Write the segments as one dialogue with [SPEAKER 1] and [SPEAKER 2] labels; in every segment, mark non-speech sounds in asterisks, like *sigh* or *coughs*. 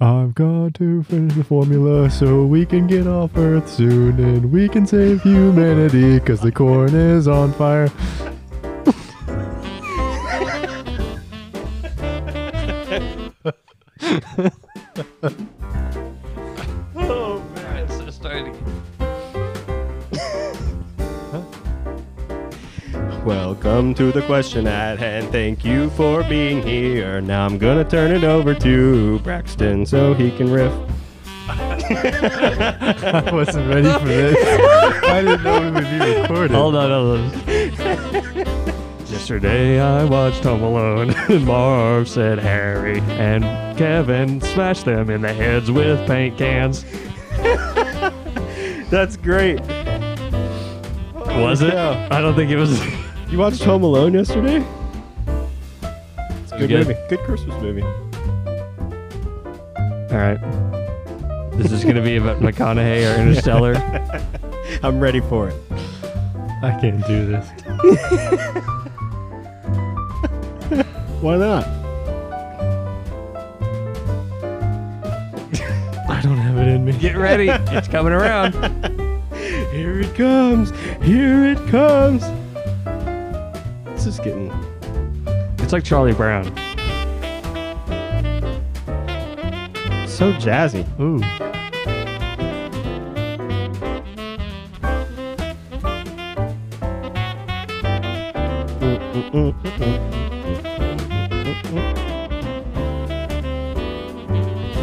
[SPEAKER 1] I've got to finish the formula so we can get off Earth soon and we can save humanity because the corn is on fire.
[SPEAKER 2] Oh
[SPEAKER 3] Alright, so starting.
[SPEAKER 2] Welcome to the question at hand. Thank you for being here. Now I'm gonna turn it over to Braxton so he can riff.
[SPEAKER 1] *laughs* I wasn't ready for this. I didn't know it would be recorded.
[SPEAKER 2] Hold on, hold on. *laughs* Yesterday I watched Home Alone, *laughs* and Marv said Harry and Kevin smashed them in the heads with paint cans. *laughs* That's great. Was it?
[SPEAKER 1] cow.
[SPEAKER 2] I don't think it was. You watched Home Alone yesterday? It's a good,
[SPEAKER 3] good.
[SPEAKER 2] movie. Good Christmas movie. All right. This is going to be about McConaughey *laughs* or Interstellar. I'm ready for it.
[SPEAKER 1] I can't do this.
[SPEAKER 2] Why not?
[SPEAKER 1] I don't have it in me.
[SPEAKER 3] Get ready. it's coming around.
[SPEAKER 2] Here it comes! Here it comes! This is getting. It's like Charlie Brown. So jazzy.
[SPEAKER 1] Ooh.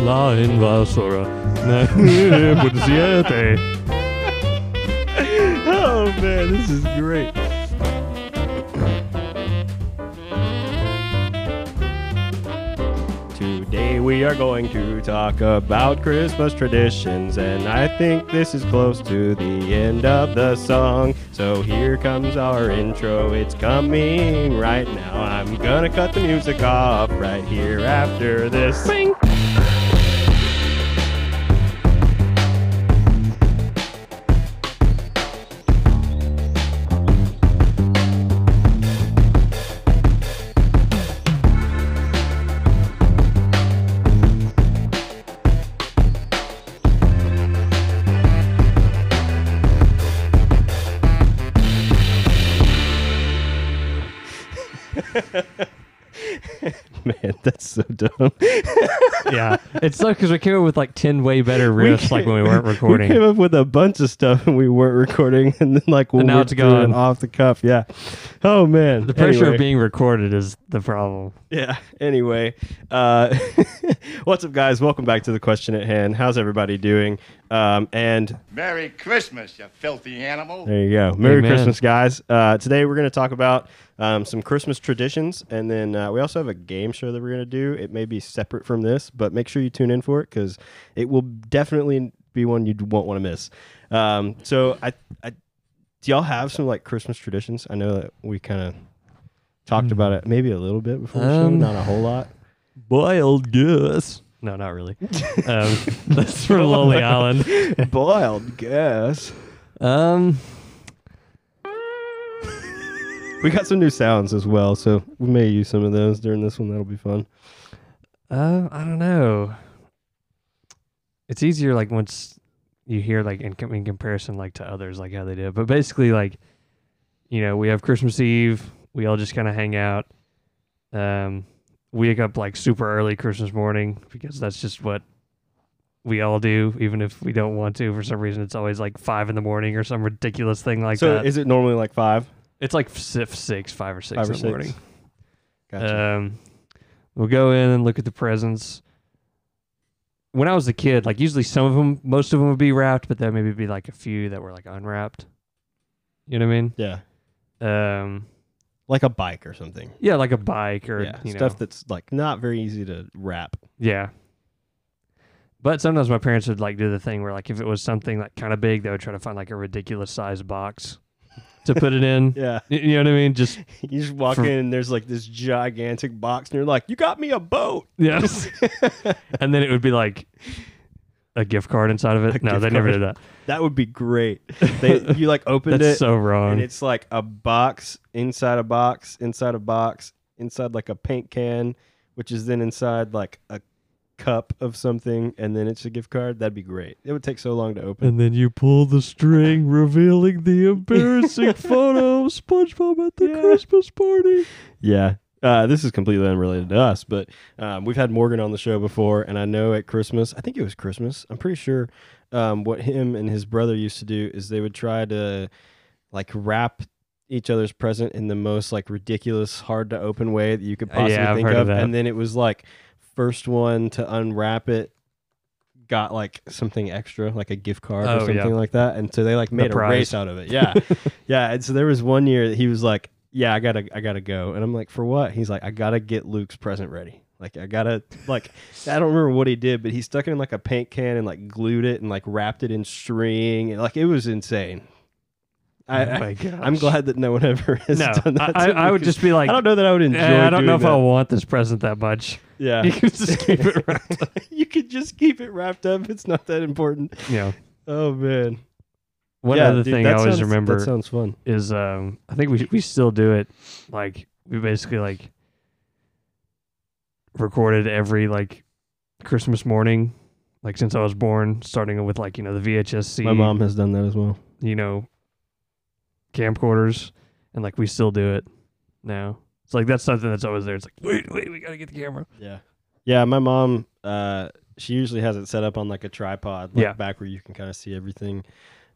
[SPEAKER 2] La invasora. *laughs* siete. *laughs* Oh man, this is great. Today we are going to talk about Christmas traditions, and I think this is close to the end of the song. So here comes our intro, it's coming right now. I'm gonna cut the music off right here after this. *laughs* Man, that's so dumb.
[SPEAKER 3] yeah. *laughs* It's tough because we came up with like 10 way better
[SPEAKER 2] We
[SPEAKER 3] riffs like when we weren't
[SPEAKER 2] ca-
[SPEAKER 3] recording.
[SPEAKER 2] *laughs* We came up with a bunch of stuff and we weren't recording, and then like when
[SPEAKER 3] And now
[SPEAKER 2] we
[SPEAKER 3] it's
[SPEAKER 2] were doing
[SPEAKER 3] gone.
[SPEAKER 2] off the cuff. Yeah. Oh man,
[SPEAKER 3] the pressure
[SPEAKER 2] Anyway.
[SPEAKER 3] of being recorded is the problem.
[SPEAKER 2] Yeah. Anyway, uh, *laughs* what's up, guys? Welcome back to the question at hand. How's everybody doing? Um, and
[SPEAKER 4] Merry Christmas, you filthy animal.
[SPEAKER 2] there you go. Merry
[SPEAKER 3] Amen.
[SPEAKER 2] Christmas, guys. Uh, today we're going to talk about um, some Christmas traditions, and then uh, we also have a game show that we're going to do. It may be separate from this, but make sure you tune in for it because it will definitely be one you won't want to miss. Um, so, I, I, do y'all have some like Christmas traditions? I know that we kind of talked about it maybe a little bit before, the show,
[SPEAKER 3] Um,
[SPEAKER 2] not a
[SPEAKER 3] *laughs*
[SPEAKER 2] whole lot.
[SPEAKER 3] Boiled goose. No, not
[SPEAKER 2] *laughs*
[SPEAKER 3] really. Um, *laughs* that's from Lonely Island.
[SPEAKER 2] Boiled guess.
[SPEAKER 3] Um,
[SPEAKER 2] We got some new sounds as well, so we may use some of those during this one. That'll be fun.
[SPEAKER 3] uh, I don't know. It's easier like once you hear like in, com- in comparison like to others like how they do it. But basically like, you know, we have Christmas Eve. We all just kind of hang out. Um, we wake up like super early Christmas morning because that's just what we all do, even if we don't want to. For some reason, it's always like five in the morning or some ridiculous thing like
[SPEAKER 2] so,
[SPEAKER 3] that.
[SPEAKER 2] is it normally like five?
[SPEAKER 3] It's like six, six, five or six
[SPEAKER 2] Five
[SPEAKER 3] in
[SPEAKER 2] or
[SPEAKER 3] the
[SPEAKER 2] six.
[SPEAKER 3] morning.
[SPEAKER 2] Gotcha.
[SPEAKER 3] Um, we'll go in and look at the presents. When I was a kid, like usually some of them, most of them would be wrapped, but then maybe be like a few that were like unwrapped. You know what I mean?
[SPEAKER 2] yeah,
[SPEAKER 3] Um,
[SPEAKER 2] like a bike or something.
[SPEAKER 3] yeah, like a bike or
[SPEAKER 2] yeah,
[SPEAKER 3] you know,
[SPEAKER 2] stuff that's like not very easy to wrap.
[SPEAKER 3] yeah. But sometimes my parents would like do the thing where like if it was something like kind of big, they would try to find like a ridiculous size box to put it
[SPEAKER 2] *laughs*
[SPEAKER 3] in.
[SPEAKER 2] Yeah,
[SPEAKER 3] Y- You know what I mean? Just
[SPEAKER 2] you just walk
[SPEAKER 3] For-
[SPEAKER 2] in and there's like this gigantic box, and you're like, "You got me a boat." *laughs*
[SPEAKER 3] yes. and then it would be like a gift card inside of it. no,
[SPEAKER 2] gift
[SPEAKER 3] they never
[SPEAKER 2] card.
[SPEAKER 3] did that.
[SPEAKER 2] That would be great.
[SPEAKER 3] *laughs*
[SPEAKER 2] They, you like opened
[SPEAKER 3] That's
[SPEAKER 2] it,
[SPEAKER 3] so wrong.
[SPEAKER 2] and it's like a box inside a box inside a box inside like a paint can, which is then inside like a cup of something and then it's a gift card, that'd be great. It would take so long to open.
[SPEAKER 3] And then you pull the *laughs* string, revealing the *laughs* embarrassing photo of SpongeBob at the Christmas party.
[SPEAKER 2] Yeah. Uh, this is completely unrelated to us, but um, we've had Morgan on the show before, and I know at Christmas, I think it was Christmas, I'm pretty sure um, what him and his brother used to do is they would try to like wrap each other's present in the most like ridiculous, hard to open way that you could
[SPEAKER 3] Uh, yeah,
[SPEAKER 2] possibly
[SPEAKER 3] I've
[SPEAKER 2] think
[SPEAKER 3] heard
[SPEAKER 2] of.
[SPEAKER 3] of that.
[SPEAKER 2] And then it was like first one to unwrap it got like something extra, like a gift card or
[SPEAKER 3] Oh,
[SPEAKER 2] something
[SPEAKER 3] yeah.
[SPEAKER 2] like that. And so they like made a
[SPEAKER 3] prize.
[SPEAKER 2] race out of
[SPEAKER 3] *laughs*
[SPEAKER 2] it. Yeah. yeah. And so there was one year that he was like, Yeah, I gotta I gotta go. And I'm like, for what? He's like, I gotta get Luke's present ready. Like I gotta like I don't remember what he did, but he stuck it in like a paint can and like glued it and like wrapped it in string and like it was insane. I,
[SPEAKER 3] Oh my
[SPEAKER 2] I
[SPEAKER 3] gosh.
[SPEAKER 2] I'm glad that no one ever has
[SPEAKER 3] No,
[SPEAKER 2] done
[SPEAKER 3] I,
[SPEAKER 2] that.
[SPEAKER 3] I,
[SPEAKER 2] to me
[SPEAKER 3] I would
[SPEAKER 2] 'cause
[SPEAKER 3] just be like,
[SPEAKER 2] I don't know that I would enjoy.
[SPEAKER 3] "Eh, I don't know if
[SPEAKER 2] doing
[SPEAKER 3] I
[SPEAKER 2] that.
[SPEAKER 3] want this present that much. *laughs*
[SPEAKER 2] Yeah,
[SPEAKER 3] You can just keep
[SPEAKER 2] *laughs*
[SPEAKER 3] it wrapped
[SPEAKER 2] up. you could just keep it wrapped up. It's not that important.
[SPEAKER 3] You know,
[SPEAKER 2] Oh man.
[SPEAKER 3] one
[SPEAKER 2] Yeah,
[SPEAKER 3] other
[SPEAKER 2] dude,
[SPEAKER 3] thing I
[SPEAKER 2] that
[SPEAKER 3] always
[SPEAKER 2] sounds-
[SPEAKER 3] remember
[SPEAKER 2] That sounds fun.
[SPEAKER 3] is um I think we we still do it like we basically like recorded every like Christmas morning like since I was born starting with like you know the VHS
[SPEAKER 2] My mom has done that as well.
[SPEAKER 3] you know camcorders and like we still do it now. It's like that's something that's always there. It's like wait wait we got to get the camera.
[SPEAKER 2] Yeah. Yeah, my mom uh she usually has it set up on like a tripod like
[SPEAKER 3] Yeah.
[SPEAKER 2] back where you can kind of see everything.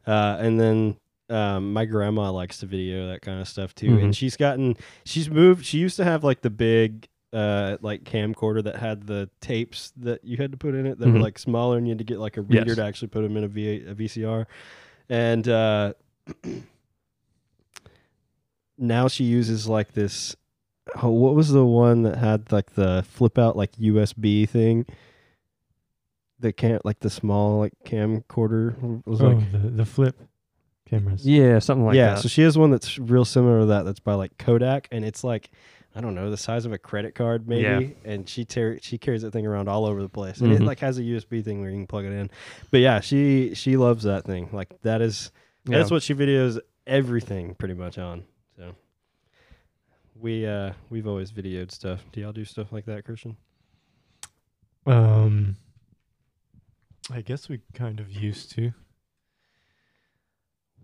[SPEAKER 2] Uh and then um my grandma likes to video that kind of stuff too. And
[SPEAKER 3] Mhm.
[SPEAKER 2] she's gotten she's moved she used to have like the big uh like camcorder that had the tapes that you had to put in it that were
[SPEAKER 3] Mhm.
[SPEAKER 2] like smaller and you had to get like a reader
[SPEAKER 3] Yes.
[SPEAKER 2] to actually put them in a, v- a VCR. And uh *clears throat* now she uses like this oh, what was the one that had like the flip out like USB thing? The cam like the small like camcorder was like
[SPEAKER 1] Oh, the, the flip cameras.
[SPEAKER 3] Yeah, something like
[SPEAKER 2] yeah.
[SPEAKER 3] that.
[SPEAKER 2] So she has one that's real similar to that. That's by like Kodak, and it's like I don't know the size of a credit card maybe. And she tear she carries that thing around all over the place, and it
[SPEAKER 3] Mhm.
[SPEAKER 2] like has a USB thing where you can plug it in. But yeah, she she loves that thing. Like that is
[SPEAKER 3] Yeah.
[SPEAKER 2] that's what she videos everything pretty much on. So we uh we've always videoed stuff. Do y'all do stuff like that, Christian?
[SPEAKER 1] Um, I guess we kind of used to.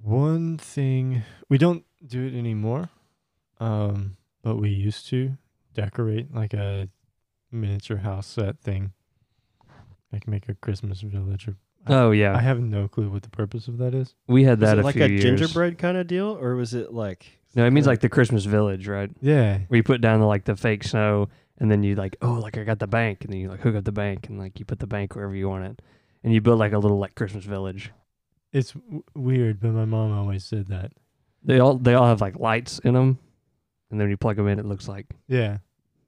[SPEAKER 1] One thing we don't do it anymore, um, but we used to decorate like a miniature house set thing, like make a Christmas village. Or
[SPEAKER 3] Oh yeah,
[SPEAKER 1] I have no clue what the purpose of that is.
[SPEAKER 3] we had
[SPEAKER 2] Was
[SPEAKER 3] that
[SPEAKER 2] it
[SPEAKER 3] a
[SPEAKER 2] like
[SPEAKER 3] few
[SPEAKER 2] a
[SPEAKER 3] years.
[SPEAKER 2] gingerbread kind of deal, or was it like
[SPEAKER 3] No, it means like the Christmas village, right?
[SPEAKER 1] Yeah,
[SPEAKER 3] where you put down the, like the fake snow and then you like oh like i got the bank and then you like hook up the bank and like you put the bank wherever you want it and you build like a little like christmas village
[SPEAKER 1] it's w- weird, but my mom always said that.
[SPEAKER 3] they all they all have like lights in them and then when you plug them in it looks like
[SPEAKER 1] Yeah,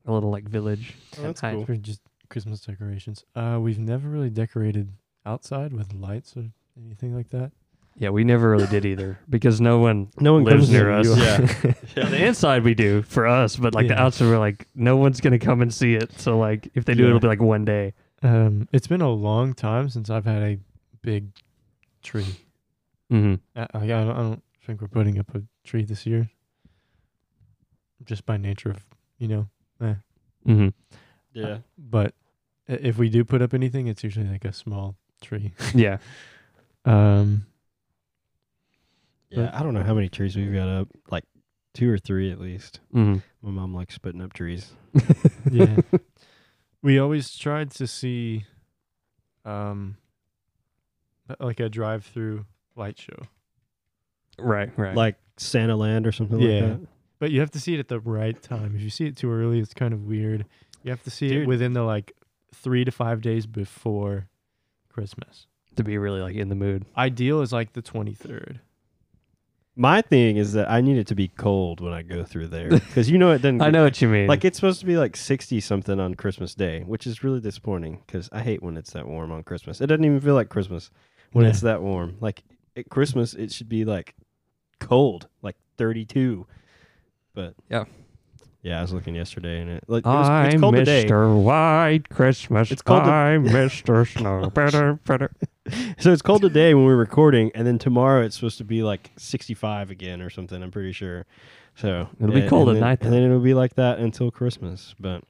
[SPEAKER 3] a little like village
[SPEAKER 2] Oh, that's
[SPEAKER 3] Hi.
[SPEAKER 2] cool.
[SPEAKER 1] for just Christmas decorations. Uh, we've never really decorated outside with lights or anything like that.
[SPEAKER 3] yeah we never really did either because no one
[SPEAKER 2] No one
[SPEAKER 3] lives
[SPEAKER 2] comes
[SPEAKER 3] near *laughs* us
[SPEAKER 2] Yeah.
[SPEAKER 3] Yeah, the inside we do for us but like the
[SPEAKER 1] Yeah.
[SPEAKER 3] outside we're like no one's gonna come and see it so like if they do
[SPEAKER 1] Yeah.
[SPEAKER 3] it'll be like one day
[SPEAKER 1] Um, it's been a long time since I've had a big tree.
[SPEAKER 3] mm-hmm.
[SPEAKER 1] I, I, I don't, I don't think we're putting up a tree this year, just by nature of you know.
[SPEAKER 3] Mm-hmm.
[SPEAKER 2] yeah.
[SPEAKER 1] But i- if we do put up anything, it's usually like a small tree.
[SPEAKER 3] *laughs*
[SPEAKER 1] *laughs*
[SPEAKER 3] yeah
[SPEAKER 1] Um,
[SPEAKER 2] Yeah,
[SPEAKER 1] But-
[SPEAKER 2] I don't know how many trees we've got up. Like two or three at least.
[SPEAKER 3] mm-hmm.
[SPEAKER 2] My mom likes putting up trees.
[SPEAKER 1] yeah, we always tried to see, um, uh, like a drive-through light show,
[SPEAKER 3] *laughs* right right
[SPEAKER 2] Like Santa Land or something
[SPEAKER 1] Yeah.
[SPEAKER 2] like that.
[SPEAKER 1] but you have to see it at the right time. If you see it too early, it's kind of weird. You have to see
[SPEAKER 2] Dude.
[SPEAKER 1] it within the like three to five days before Christmas.
[SPEAKER 3] to be really like in the mood
[SPEAKER 1] Ideal is like the 23rd.
[SPEAKER 2] My thing is that I need it to be cold when I go through there because you know it
[SPEAKER 3] *laughs*
[SPEAKER 2] doesn't.
[SPEAKER 3] i know what you mean
[SPEAKER 2] Like it's supposed to be like sixty something on Christmas Day, which is really disappointing because I hate when it's that warm on Christmas. It doesn't even feel like Christmas when
[SPEAKER 1] Yeah.
[SPEAKER 2] it's that warm. Like at Christmas, it should be like cold, like thirty-two. But
[SPEAKER 3] Yeah.
[SPEAKER 2] yeah. I was looking yesterday, and it like it was,
[SPEAKER 3] I'm
[SPEAKER 2] it's cold
[SPEAKER 3] Mr.
[SPEAKER 2] today.
[SPEAKER 3] White Christmas.
[SPEAKER 2] It's called the-
[SPEAKER 3] *laughs* I'm Mr. Snow. Better, better.
[SPEAKER 2] So it's cold today when we're recording, and then tomorrow it's supposed to be like 65 again or something. I'm pretty sure. So
[SPEAKER 3] It'll be
[SPEAKER 2] yeah,
[SPEAKER 3] cold
[SPEAKER 2] and
[SPEAKER 3] at
[SPEAKER 2] then-
[SPEAKER 3] night,
[SPEAKER 2] and then it'll be like that until Christmas. But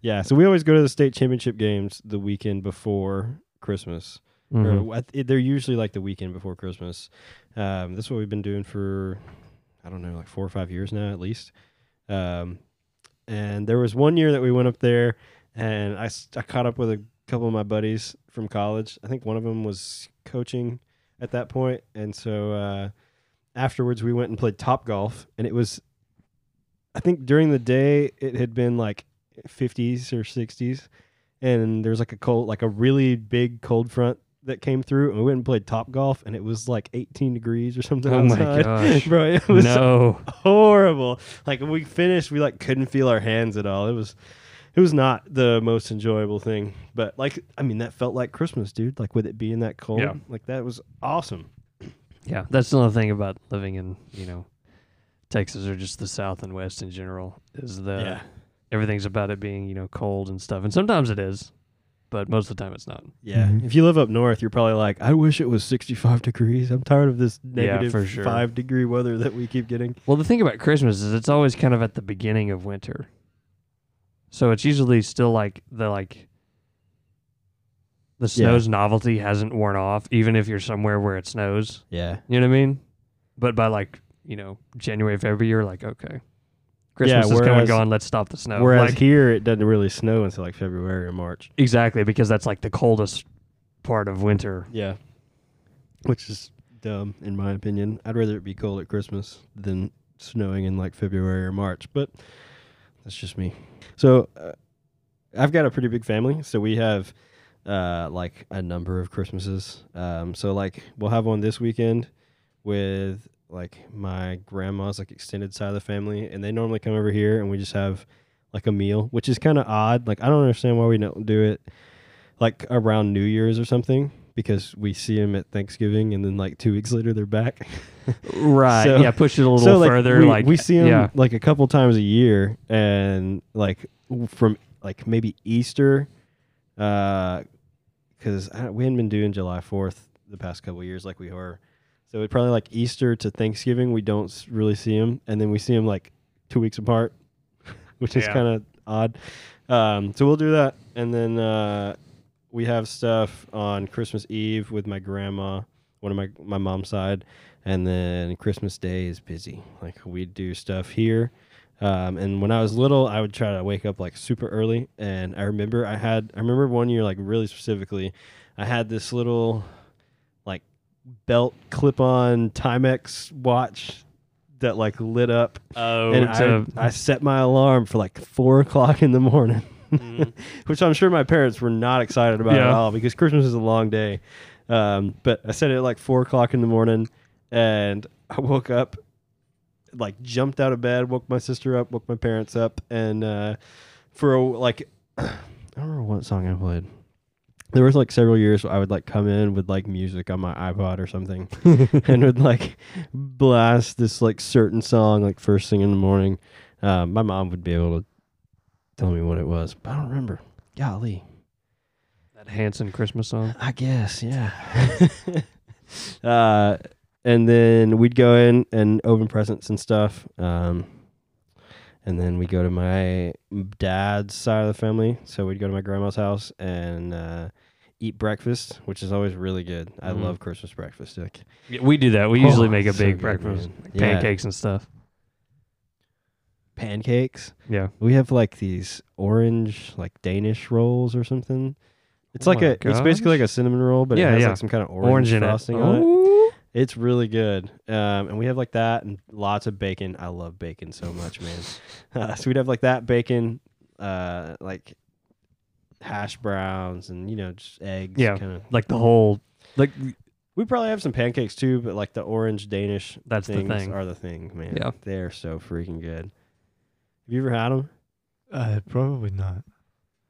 [SPEAKER 2] Yeah, so we always go to the state championship games the weekend before Christmas. Or
[SPEAKER 3] Mhm.
[SPEAKER 2] I th- they're usually like the weekend before Christmas. Um, that's what we've been doing for I don't know, like four or five years now at least. Um, and there was one year that we went up there, and I s- I caught up with a couple of my buddies from college. I think one of them was coaching at that point, and so uh, afterwards we went and played top golf, and it was. I think during the day it had been like 50s or 60s and there was like a cold like a really big cold front that came through and we went and played top golf and it was like 18 degrees or something
[SPEAKER 3] Oh my *laughs*
[SPEAKER 2] outside.
[SPEAKER 3] gosh.
[SPEAKER 2] *laughs* bro it was
[SPEAKER 3] No.
[SPEAKER 2] horrible like when we finished we like couldn't feel our hands at all it was it was not the most enjoyable thing but like i mean that felt like christmas dude like with it being that cold
[SPEAKER 3] Yeah.
[SPEAKER 2] like that was awesome
[SPEAKER 3] Yeah, that's another thing about living in you know Texas or just the South and West in general is that
[SPEAKER 2] yeah
[SPEAKER 3] everything's about it being you know cold and stuff, and sometimes it is, but most of the time it's not.
[SPEAKER 2] yeah
[SPEAKER 1] Mhm.
[SPEAKER 2] if you live up north you're probably like i wish it was 65 degrees i'm tired of this negative
[SPEAKER 3] for sure.
[SPEAKER 2] five degree weather that we keep getting
[SPEAKER 3] Well, the thing about Christmas is it's always kind of at the beginning of winter, so it's usually still like the like the snow's novelty hasn't worn off, even if you're somewhere where it snows.
[SPEAKER 2] yeah
[SPEAKER 3] You know what I mean? But by like you know January, February, you're like okay, Christmas is coming
[SPEAKER 2] whereas-
[SPEAKER 3] gone. Let's stop the snow.
[SPEAKER 2] Whereas
[SPEAKER 3] Uh, Like-
[SPEAKER 2] here, it doesn't really snow until like February or March.
[SPEAKER 3] Exactly, because that's like the coldest part of winter.
[SPEAKER 2] Yeah, which is dumb in my opinion. I'd rather it be cold at Christmas than snowing in like February or March. But that's just me. So uh, I've got a pretty big family, so we have uh, like a number of Christmases. Um, so like we'll have one this weekend with like my grandma's like extended side of the family, and they normally come over here, and we just have like a meal, which is kind of odd. Like I don't understand why we don't do it like around New Year's or something because we see them at Thanksgiving and then like two weeks later they're back.
[SPEAKER 3] Right.
[SPEAKER 2] So-
[SPEAKER 3] yeah, push it a little further.
[SPEAKER 2] we,
[SPEAKER 3] like
[SPEAKER 2] we see them
[SPEAKER 3] Yeah.
[SPEAKER 2] like a couple times a year and like w- from like maybe Easter, uh, because we hadn't been doing July Fourth the past couple years like we were. So it probably like Easter to Thanksgiving we don't s- really see them, and then we see them like two weeks apart, *laughs* which is
[SPEAKER 3] Yeah.
[SPEAKER 2] kind of odd. Um, so we'll do that, and then uh, we have stuff on Christmas Eve with my grandma, one of my my mom's side, and then Christmas Day is busy. Like we do stuff here. Um, and when I was little, I would try to wake up like super early. And I remember I had, I remember one year, like really specifically, I had this little like belt clip on Timex watch that like lit up.
[SPEAKER 3] Oh,
[SPEAKER 2] and I, I set my alarm for like four o'clock in the morning, which I'm sure my parents were not excited about at
[SPEAKER 3] Yeah.
[SPEAKER 2] all because Christmas is a long day. Um, but I set it at like four o'clock in the morning and I woke up, like jumped out of bed, woke my sister up, woke my parents up. And uh, for a, like, *clears throat* I don't remember what song I played. There was like several years where I would like come in with like music on my iPod or something and would like blast this like certain song like first thing in the morning. Um, my mom would be able to tell me what it was, but I don't remember. Golly,
[SPEAKER 3] that Hanson Christmas song.
[SPEAKER 2] I guess yeah. *laughs* uh, and then we'd go in and open presents and stuff. Um, and then we go to my dad's side of the family, so we'd go to my grandma's house and uh, eat breakfast, which is always really good. I
[SPEAKER 3] Mhm.
[SPEAKER 2] love Christmas breakfast. Like,
[SPEAKER 3] we do that. We
[SPEAKER 2] Oh,
[SPEAKER 3] usually make a
[SPEAKER 2] it's so
[SPEAKER 3] big
[SPEAKER 2] good,
[SPEAKER 3] breakfast,
[SPEAKER 2] man.
[SPEAKER 3] like
[SPEAKER 2] Yeah.
[SPEAKER 3] pancakes and stuff.
[SPEAKER 2] pancakes.
[SPEAKER 3] Yeah.
[SPEAKER 2] We have like these orange, like Danish rolls or something. It's
[SPEAKER 3] Oh
[SPEAKER 2] like
[SPEAKER 3] my
[SPEAKER 2] a, it's basically like a cinnamon roll, but
[SPEAKER 3] Yeah,
[SPEAKER 2] it has
[SPEAKER 3] yeah.
[SPEAKER 2] like some kind of
[SPEAKER 3] Orange
[SPEAKER 2] orange,
[SPEAKER 3] in it.
[SPEAKER 2] frosting on it.
[SPEAKER 3] Ooh.
[SPEAKER 2] It's really good. Um, and we have like that and lots of bacon. I love bacon so
[SPEAKER 3] *laughs*
[SPEAKER 2] much, man. Uh, so we'd have like that bacon, uh, like hash browns and you know just eggs.
[SPEAKER 3] Yeah.
[SPEAKER 2] Kind of.
[SPEAKER 3] Like the whole like
[SPEAKER 2] We probably have some pancakes too, but like the orange Danish
[SPEAKER 3] that's the
[SPEAKER 2] things
[SPEAKER 3] thing.
[SPEAKER 2] are the thing, man.
[SPEAKER 3] Yeah.
[SPEAKER 2] They're so freaking good. Have you ever had them?
[SPEAKER 1] Uh, probably not.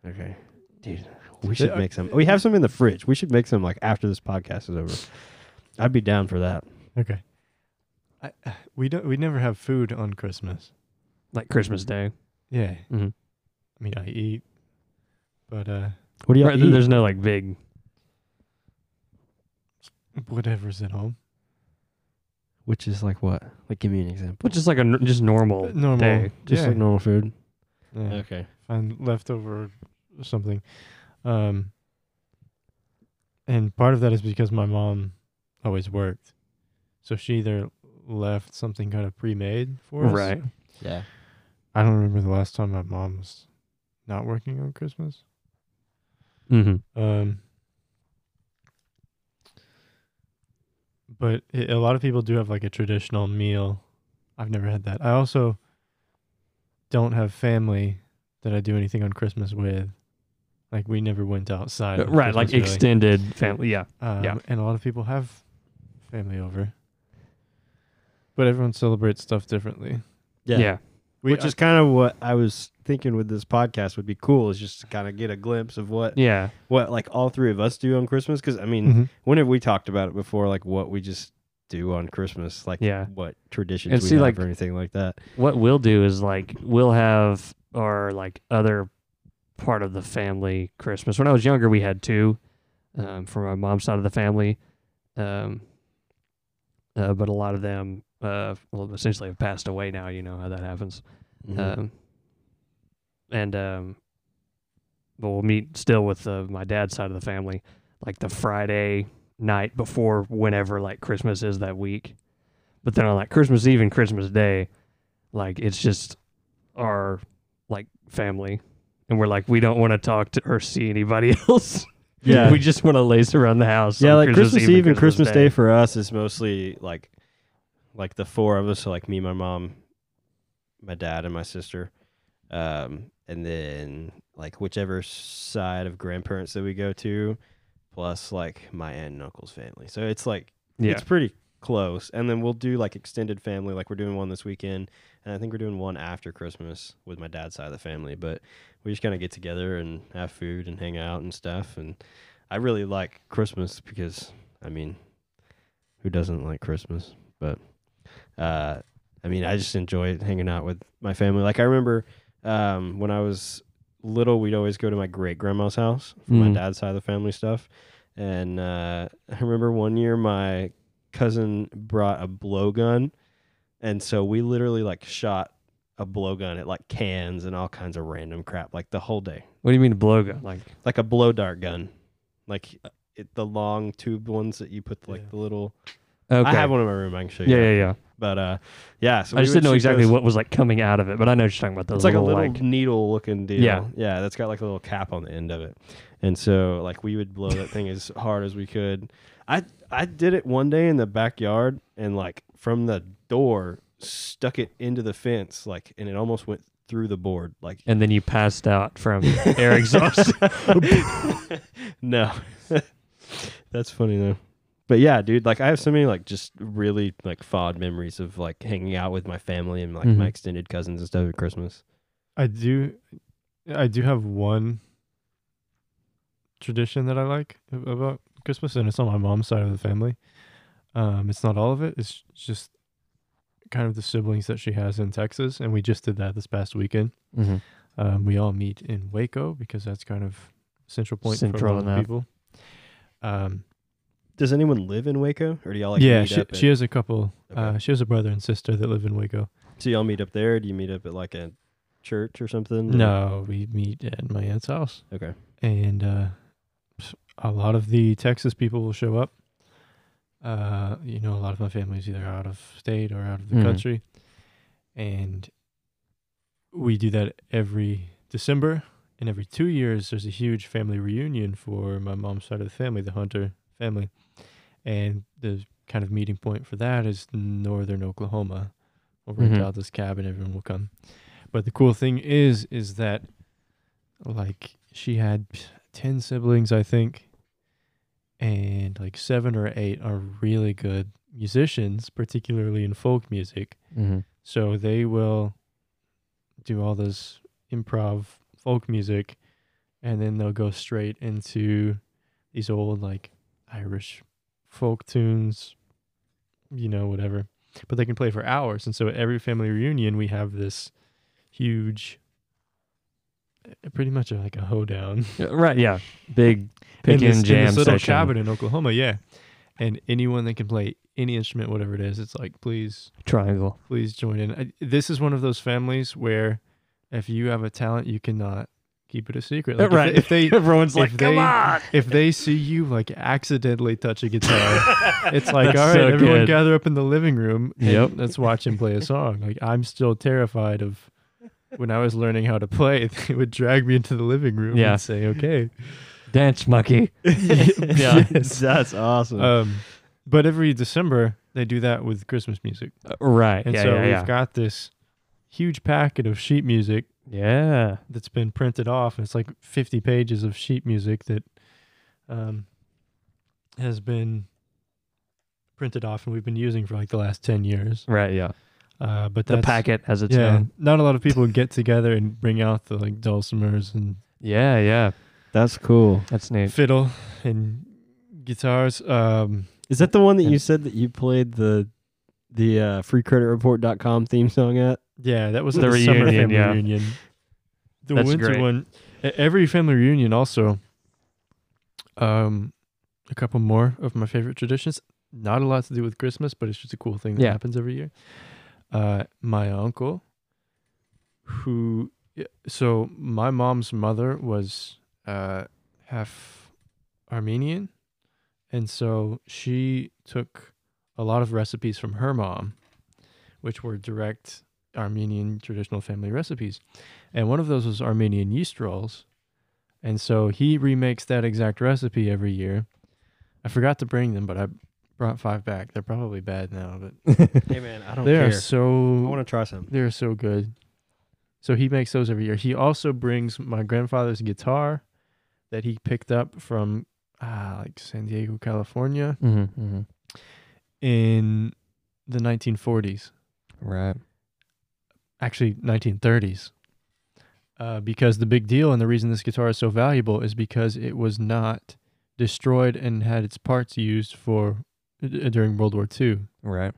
[SPEAKER 2] Okay. Dude, we should
[SPEAKER 1] are-
[SPEAKER 2] make some. We have some in the fridge. We should make some like after this podcast is over. I'd be down for that.
[SPEAKER 1] Okay. I, uh, we don't. We never have food on Christmas.
[SPEAKER 3] like Christmas Day.
[SPEAKER 1] Yeah.
[SPEAKER 3] Mhm.
[SPEAKER 1] I mean, I eat, but uh,
[SPEAKER 2] What do you
[SPEAKER 3] Right,
[SPEAKER 2] eat?
[SPEAKER 3] there's no like big
[SPEAKER 1] whatever's at home.
[SPEAKER 2] Which is like what? Like, give me an example.
[SPEAKER 3] but just like a n- just normal
[SPEAKER 1] Normal.
[SPEAKER 3] day.
[SPEAKER 2] Just
[SPEAKER 1] yeah.
[SPEAKER 2] like normal food.
[SPEAKER 1] yeah.
[SPEAKER 2] Okay.
[SPEAKER 1] find leftover something. Um, and part of that is because my mom always worked, so she either left something kind of pre-made for us.
[SPEAKER 3] Right.
[SPEAKER 5] Yeah.
[SPEAKER 1] I don't remember the last time my mom was not working on Christmas.
[SPEAKER 3] Mm-hmm.
[SPEAKER 1] Um, but i a a lot of people do have like a traditional meal. I've never had that. I also don't have family that I do anything on Christmas with. Like we never went outside. on
[SPEAKER 3] Uh, right, like
[SPEAKER 1] Christmas, really.
[SPEAKER 3] extended family. Yeah.
[SPEAKER 1] Um,
[SPEAKER 3] yeah.
[SPEAKER 1] And a lot of people have family over. But everyone celebrates stuff differently.
[SPEAKER 3] Yeah. uh,
[SPEAKER 1] We,
[SPEAKER 2] Which is kind of what I was thinking with this podcast would be cool is just to kind of get a glimpse of what
[SPEAKER 3] Yeah.
[SPEAKER 2] what like all three of us do on Christmas. Because I mean,
[SPEAKER 1] Mhm.
[SPEAKER 3] Mm-hmm.
[SPEAKER 2] when have we talked about it before? Like what we just do on Christmas, like
[SPEAKER 3] Yeah.
[SPEAKER 2] what traditions
[SPEAKER 3] And
[SPEAKER 2] we
[SPEAKER 3] see,
[SPEAKER 2] have
[SPEAKER 3] like-
[SPEAKER 2] or anything like that.
[SPEAKER 3] What we'll do is like we'll have our like other part of the family Christmas. When I was younger, we had two um, from my mom's side of the family, um, uh, but a lot of them, uh, well, essentially have passed away now. You know how that happens.
[SPEAKER 2] Mm-hmm.
[SPEAKER 3] Um, and um, but we'll meet still with uh, my dad's side of the family, like the Friday night before whenever like Christmas is that week. But then on like Christmas Eve and Christmas Day, like it's just our like family, and we're like we don't want to talk to or see anybody *laughs* else.
[SPEAKER 2] Yeah.
[SPEAKER 3] we just want to lace around the house.
[SPEAKER 2] yeah,
[SPEAKER 3] on
[SPEAKER 2] like Christmas, Eve and Christmas Day.
[SPEAKER 3] Day.
[SPEAKER 2] for us is mostly like like the four of us, so like me, my mom, my dad, and my sister. Um, and then like whichever side of grandparents that we go to, plus like my aunt and uncle's family. So it's like
[SPEAKER 3] Yeah,
[SPEAKER 2] it's pretty close. And then we'll do like extended family, like we're doing one this weekend, and I think we're doing one after Christmas with my dad's side of the family. But we just kind of get together and have food and hang out and stuff. And I really like Christmas because I mean, who doesn't like Christmas? But uh, I mean, I just enjoy hanging out with my family. Like I remember um, when I was little, we'd always go to my great grandma's house for my
[SPEAKER 3] Mhm.
[SPEAKER 2] dad's side of the family stuff. And uh, *laughs* I remember one year my cousin brought a blowgun, and so we literally like shot a blowgun at like cans and all kinds of random crap like the whole day,
[SPEAKER 3] what do you mean blowgun? Like
[SPEAKER 2] like a blow dart gun, like it, the long tube ones that you put like
[SPEAKER 1] Yeah.
[SPEAKER 2] the little.
[SPEAKER 3] okay,
[SPEAKER 2] I have one in my room. I can show you.
[SPEAKER 3] yeah,
[SPEAKER 2] that.
[SPEAKER 3] yeah, yeah.
[SPEAKER 2] But uh, yeah. So
[SPEAKER 3] I
[SPEAKER 2] we
[SPEAKER 3] just
[SPEAKER 2] would
[SPEAKER 3] didn't know
[SPEAKER 2] shoot
[SPEAKER 3] exactly
[SPEAKER 2] those-
[SPEAKER 3] what was like coming out of it, but I know what you're talking about. Those
[SPEAKER 2] It's like a
[SPEAKER 3] little,
[SPEAKER 2] little
[SPEAKER 3] like
[SPEAKER 2] needle looking deal.
[SPEAKER 3] Yeah.
[SPEAKER 2] yeah. That's got like a little cap on the end of it, and so like we would blow that
[SPEAKER 3] *laughs*
[SPEAKER 2] thing as hard as we could. I I did it one day in the backyard, and like from the door, stuck it into the fence, like, and it almost went through the board, like
[SPEAKER 3] and then you passed out from
[SPEAKER 2] *laughs*
[SPEAKER 1] *laughs*
[SPEAKER 3] air exhaust.
[SPEAKER 2] no. *laughs* That's funny though. But yeah, dude, like I have so many like just really like fond memories of like hanging out with my family and like my
[SPEAKER 1] Mm-hmm.
[SPEAKER 3] Mhm.
[SPEAKER 2] extended cousins and stuff at Christmas.
[SPEAKER 1] I do, I do have one tradition that I like ab- about Christmas, and it's on my mom's side of the family. Um, it's not all of it; it's just kind of the siblings that she has in Texas, and we just did that this past weekend. Um, we all meet in Waco because that's kind of central point for a
[SPEAKER 3] Central
[SPEAKER 1] lot
[SPEAKER 3] enough.
[SPEAKER 1] of people. Um,
[SPEAKER 2] Does anyone live in Waco or do y'all like
[SPEAKER 1] yeah,
[SPEAKER 2] meet
[SPEAKER 1] she,
[SPEAKER 2] up
[SPEAKER 1] she
[SPEAKER 2] at,
[SPEAKER 1] has a couple. Uh, she has a brother and sister that live in Waco.
[SPEAKER 2] so y'all meet up there? Or do you meet up at like a church or something?
[SPEAKER 1] No, we meet at my aunt's house. *laughs*
[SPEAKER 2] Okay. *laughs*
[SPEAKER 1] and uh, a lot of the Texas people will show up. Uh, you know, a lot of my family's either out of state or out of the
[SPEAKER 3] Mhm.
[SPEAKER 1] country, and we do that every December. And every two years, there's a huge family reunion for my mom's side of the family, the Hunter family, and the kind of meeting point for that is northern Oklahoma. We'll rent
[SPEAKER 3] Mhm.
[SPEAKER 1] out this cabin, everyone will come. But the cool thing is, is that like she had 10 siblings, I think, and like seven or eight are really good musicians, particularly in folk music. So they will do all this improv folk music and then they'll go straight into these old like Irish folk tunes, you know, whatever. But they can play for hours. And so at every family reunion, we have this huge, eh, pretty much like a hoedown *laughs*
[SPEAKER 3] Yeah, Right, yeah, big
[SPEAKER 1] in
[SPEAKER 3] pick
[SPEAKER 1] this,
[SPEAKER 3] and jam
[SPEAKER 1] in this little
[SPEAKER 3] session.
[SPEAKER 1] cabin in Oklahoma. Yeah. And anyone that can play any instrument, whatever it is, it's like, please
[SPEAKER 3] triangle.
[SPEAKER 1] please join in. I, this is one of those families where if you have a talent, you cannot keep it a secret.
[SPEAKER 3] Uh,
[SPEAKER 1] Like, if they- If they
[SPEAKER 3] right. *laughs* Everyone's
[SPEAKER 1] if
[SPEAKER 3] like, come
[SPEAKER 1] they-
[SPEAKER 3] on.
[SPEAKER 1] if they see you like accidentally touch a
[SPEAKER 3] *laughs*
[SPEAKER 1] guitar, it's like,
[SPEAKER 3] That's
[SPEAKER 1] all right,
[SPEAKER 3] so
[SPEAKER 1] everyone
[SPEAKER 3] good.
[SPEAKER 1] gather up in the living room. and
[SPEAKER 3] Yep.
[SPEAKER 1] Let's watch him play a song. Like I'm still terrified of when I was learning how to play, *laughs* they would drag me into the living room
[SPEAKER 3] Yeah.
[SPEAKER 1] and say, okay.
[SPEAKER 3] Dance monkey. yeah.
[SPEAKER 2] That's awesome.
[SPEAKER 1] Um, but every December they do that with Christmas music.
[SPEAKER 3] Uh, Right.
[SPEAKER 1] And
[SPEAKER 3] yeah,
[SPEAKER 1] so
[SPEAKER 3] yeah,
[SPEAKER 1] we've
[SPEAKER 3] yeah.
[SPEAKER 1] got this huge packet of sheet music
[SPEAKER 3] yeah.
[SPEAKER 1] that's been printed off. and It's like 50 pages of sheet music that um, has been printed off and we've been using for like the last 10 years.
[SPEAKER 3] Right. Yeah.
[SPEAKER 1] Uh, but
[SPEAKER 3] The
[SPEAKER 1] that's,
[SPEAKER 3] packet has its
[SPEAKER 1] yeah,
[SPEAKER 3] own.
[SPEAKER 1] not a lot of people get together and bring out the like dulcimers and
[SPEAKER 3] Yeah. Yeah.
[SPEAKER 2] That's cool.
[SPEAKER 3] That's neat.
[SPEAKER 1] fiddle and guitars. Um,
[SPEAKER 2] Is that the one that
[SPEAKER 3] Yeah.
[SPEAKER 2] you said that you played the the uh, freecreditreport.com theme song at?
[SPEAKER 1] yeah, that was
[SPEAKER 3] The
[SPEAKER 1] the, summer
[SPEAKER 3] reunion,
[SPEAKER 1] family
[SPEAKER 3] yeah.
[SPEAKER 1] reunion. The
[SPEAKER 3] That's
[SPEAKER 1] winter
[SPEAKER 3] great.
[SPEAKER 1] one, e- every family reunion also. Um, a couple more of my favorite traditions. Not a lot to do with Christmas, but it's just a cool thing that
[SPEAKER 3] Yeah.
[SPEAKER 1] happens every year. Uh, my uncle, who, yeah, so my mom's mother was uh half Armenian, and so she took a lot of recipes from her mom, which were direct Armenian traditional family recipes. And one of those was Armenian yeast rolls. And so he remakes that exact recipe every year. I forgot to bring them, but I brought five back. They're probably bad now, but
[SPEAKER 2] Hey man, I don't
[SPEAKER 1] they are
[SPEAKER 2] I
[SPEAKER 1] so
[SPEAKER 2] want to try some.
[SPEAKER 1] they're so good. So he makes those every year. He also brings my grandfather's guitar that he picked up from ah, like San Diego, California
[SPEAKER 3] hmm
[SPEAKER 1] mm-hmm.
[SPEAKER 3] hmm
[SPEAKER 1] in the 1940s,
[SPEAKER 3] Right.
[SPEAKER 1] actually 1930s. Uh, because the big deal and the reason this guitar is so valuable is because it was not destroyed and had its parts used for d- during World War II.
[SPEAKER 3] Right.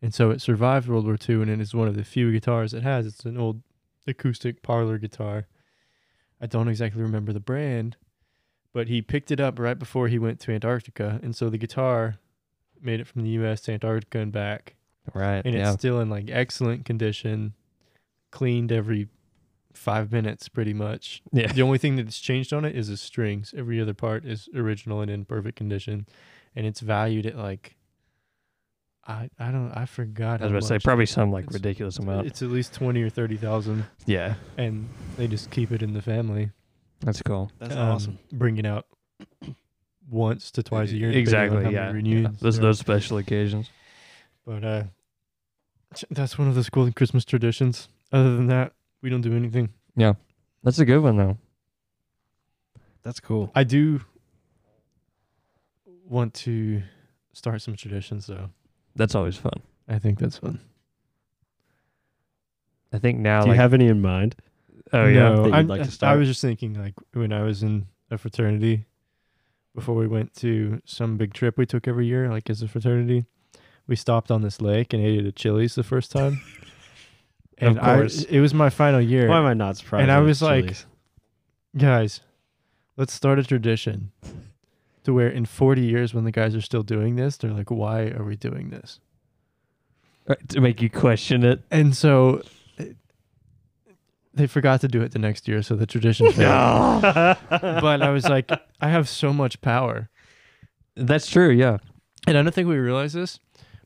[SPEAKER 1] And so it survived World War II, and it is one of the few guitars it has. It's an old acoustic parlor guitar. I don't exactly remember the brand, but he picked it up right before he went to Antarctica. And so the guitar made it from the US to Antarctica and back.
[SPEAKER 3] Right.
[SPEAKER 1] And
[SPEAKER 3] yeah.
[SPEAKER 1] it's still in like excellent condition, cleaned every five minutes pretty much.
[SPEAKER 3] Yeah.
[SPEAKER 1] *laughs* The only thing that's changed on it is the strings. Every other part is original and in perfect condition, and it's valued at like I I don't I forgot.
[SPEAKER 3] I was
[SPEAKER 1] how
[SPEAKER 3] about to say
[SPEAKER 1] much.
[SPEAKER 3] probably some like
[SPEAKER 1] It's-
[SPEAKER 3] ridiculous amount.
[SPEAKER 1] It's at least twenty or thirty thousand,
[SPEAKER 3] yeah.
[SPEAKER 1] and they just keep it in the family.
[SPEAKER 3] That's cool.
[SPEAKER 2] That's
[SPEAKER 1] um, Bring it out once to twice a year. depending on
[SPEAKER 3] Exactly.
[SPEAKER 1] how many
[SPEAKER 3] Yeah. yeah.
[SPEAKER 1] Reunions.
[SPEAKER 3] Those
[SPEAKER 1] there are.
[SPEAKER 3] those special occasions.
[SPEAKER 1] But uh, that's one of the school Christmas traditions. Other than that, we don't do anything.
[SPEAKER 3] That's a good one though.
[SPEAKER 2] That's cool.
[SPEAKER 1] I do want to start some traditions, though.
[SPEAKER 3] That's always fun.
[SPEAKER 1] I think that's fun.
[SPEAKER 3] I think now
[SPEAKER 2] Do you
[SPEAKER 3] like
[SPEAKER 2] have any in mind?
[SPEAKER 3] oh yeah.
[SPEAKER 2] That you'd
[SPEAKER 1] I'm-
[SPEAKER 2] like to
[SPEAKER 1] I
[SPEAKER 2] start?
[SPEAKER 1] was just thinking, like when I was in a fraternity, before we went to some big trip we took every year, like as a fraternity, we stopped on this lake and ate at a Chili's the first
[SPEAKER 2] *laughs*
[SPEAKER 1] time. and
[SPEAKER 3] Of
[SPEAKER 1] I-
[SPEAKER 3] course.
[SPEAKER 1] it was my final year.
[SPEAKER 2] Why am I not surprised?
[SPEAKER 1] And I
[SPEAKER 2] that
[SPEAKER 1] was
[SPEAKER 2] it's
[SPEAKER 1] like-
[SPEAKER 2] Chili's?
[SPEAKER 1] guys, let's start a tradition to where in 40 years, when the guys are still doing this, they're like, why are we doing this?
[SPEAKER 3] Right, Uh, to make you question it.
[SPEAKER 1] And so it- they forgot to do it the next year, so the
[SPEAKER 2] *laughs*
[SPEAKER 1] tradition failed. But I was like, I have so much power.
[SPEAKER 3] That's true, yeah.
[SPEAKER 1] And I don't think we realize this,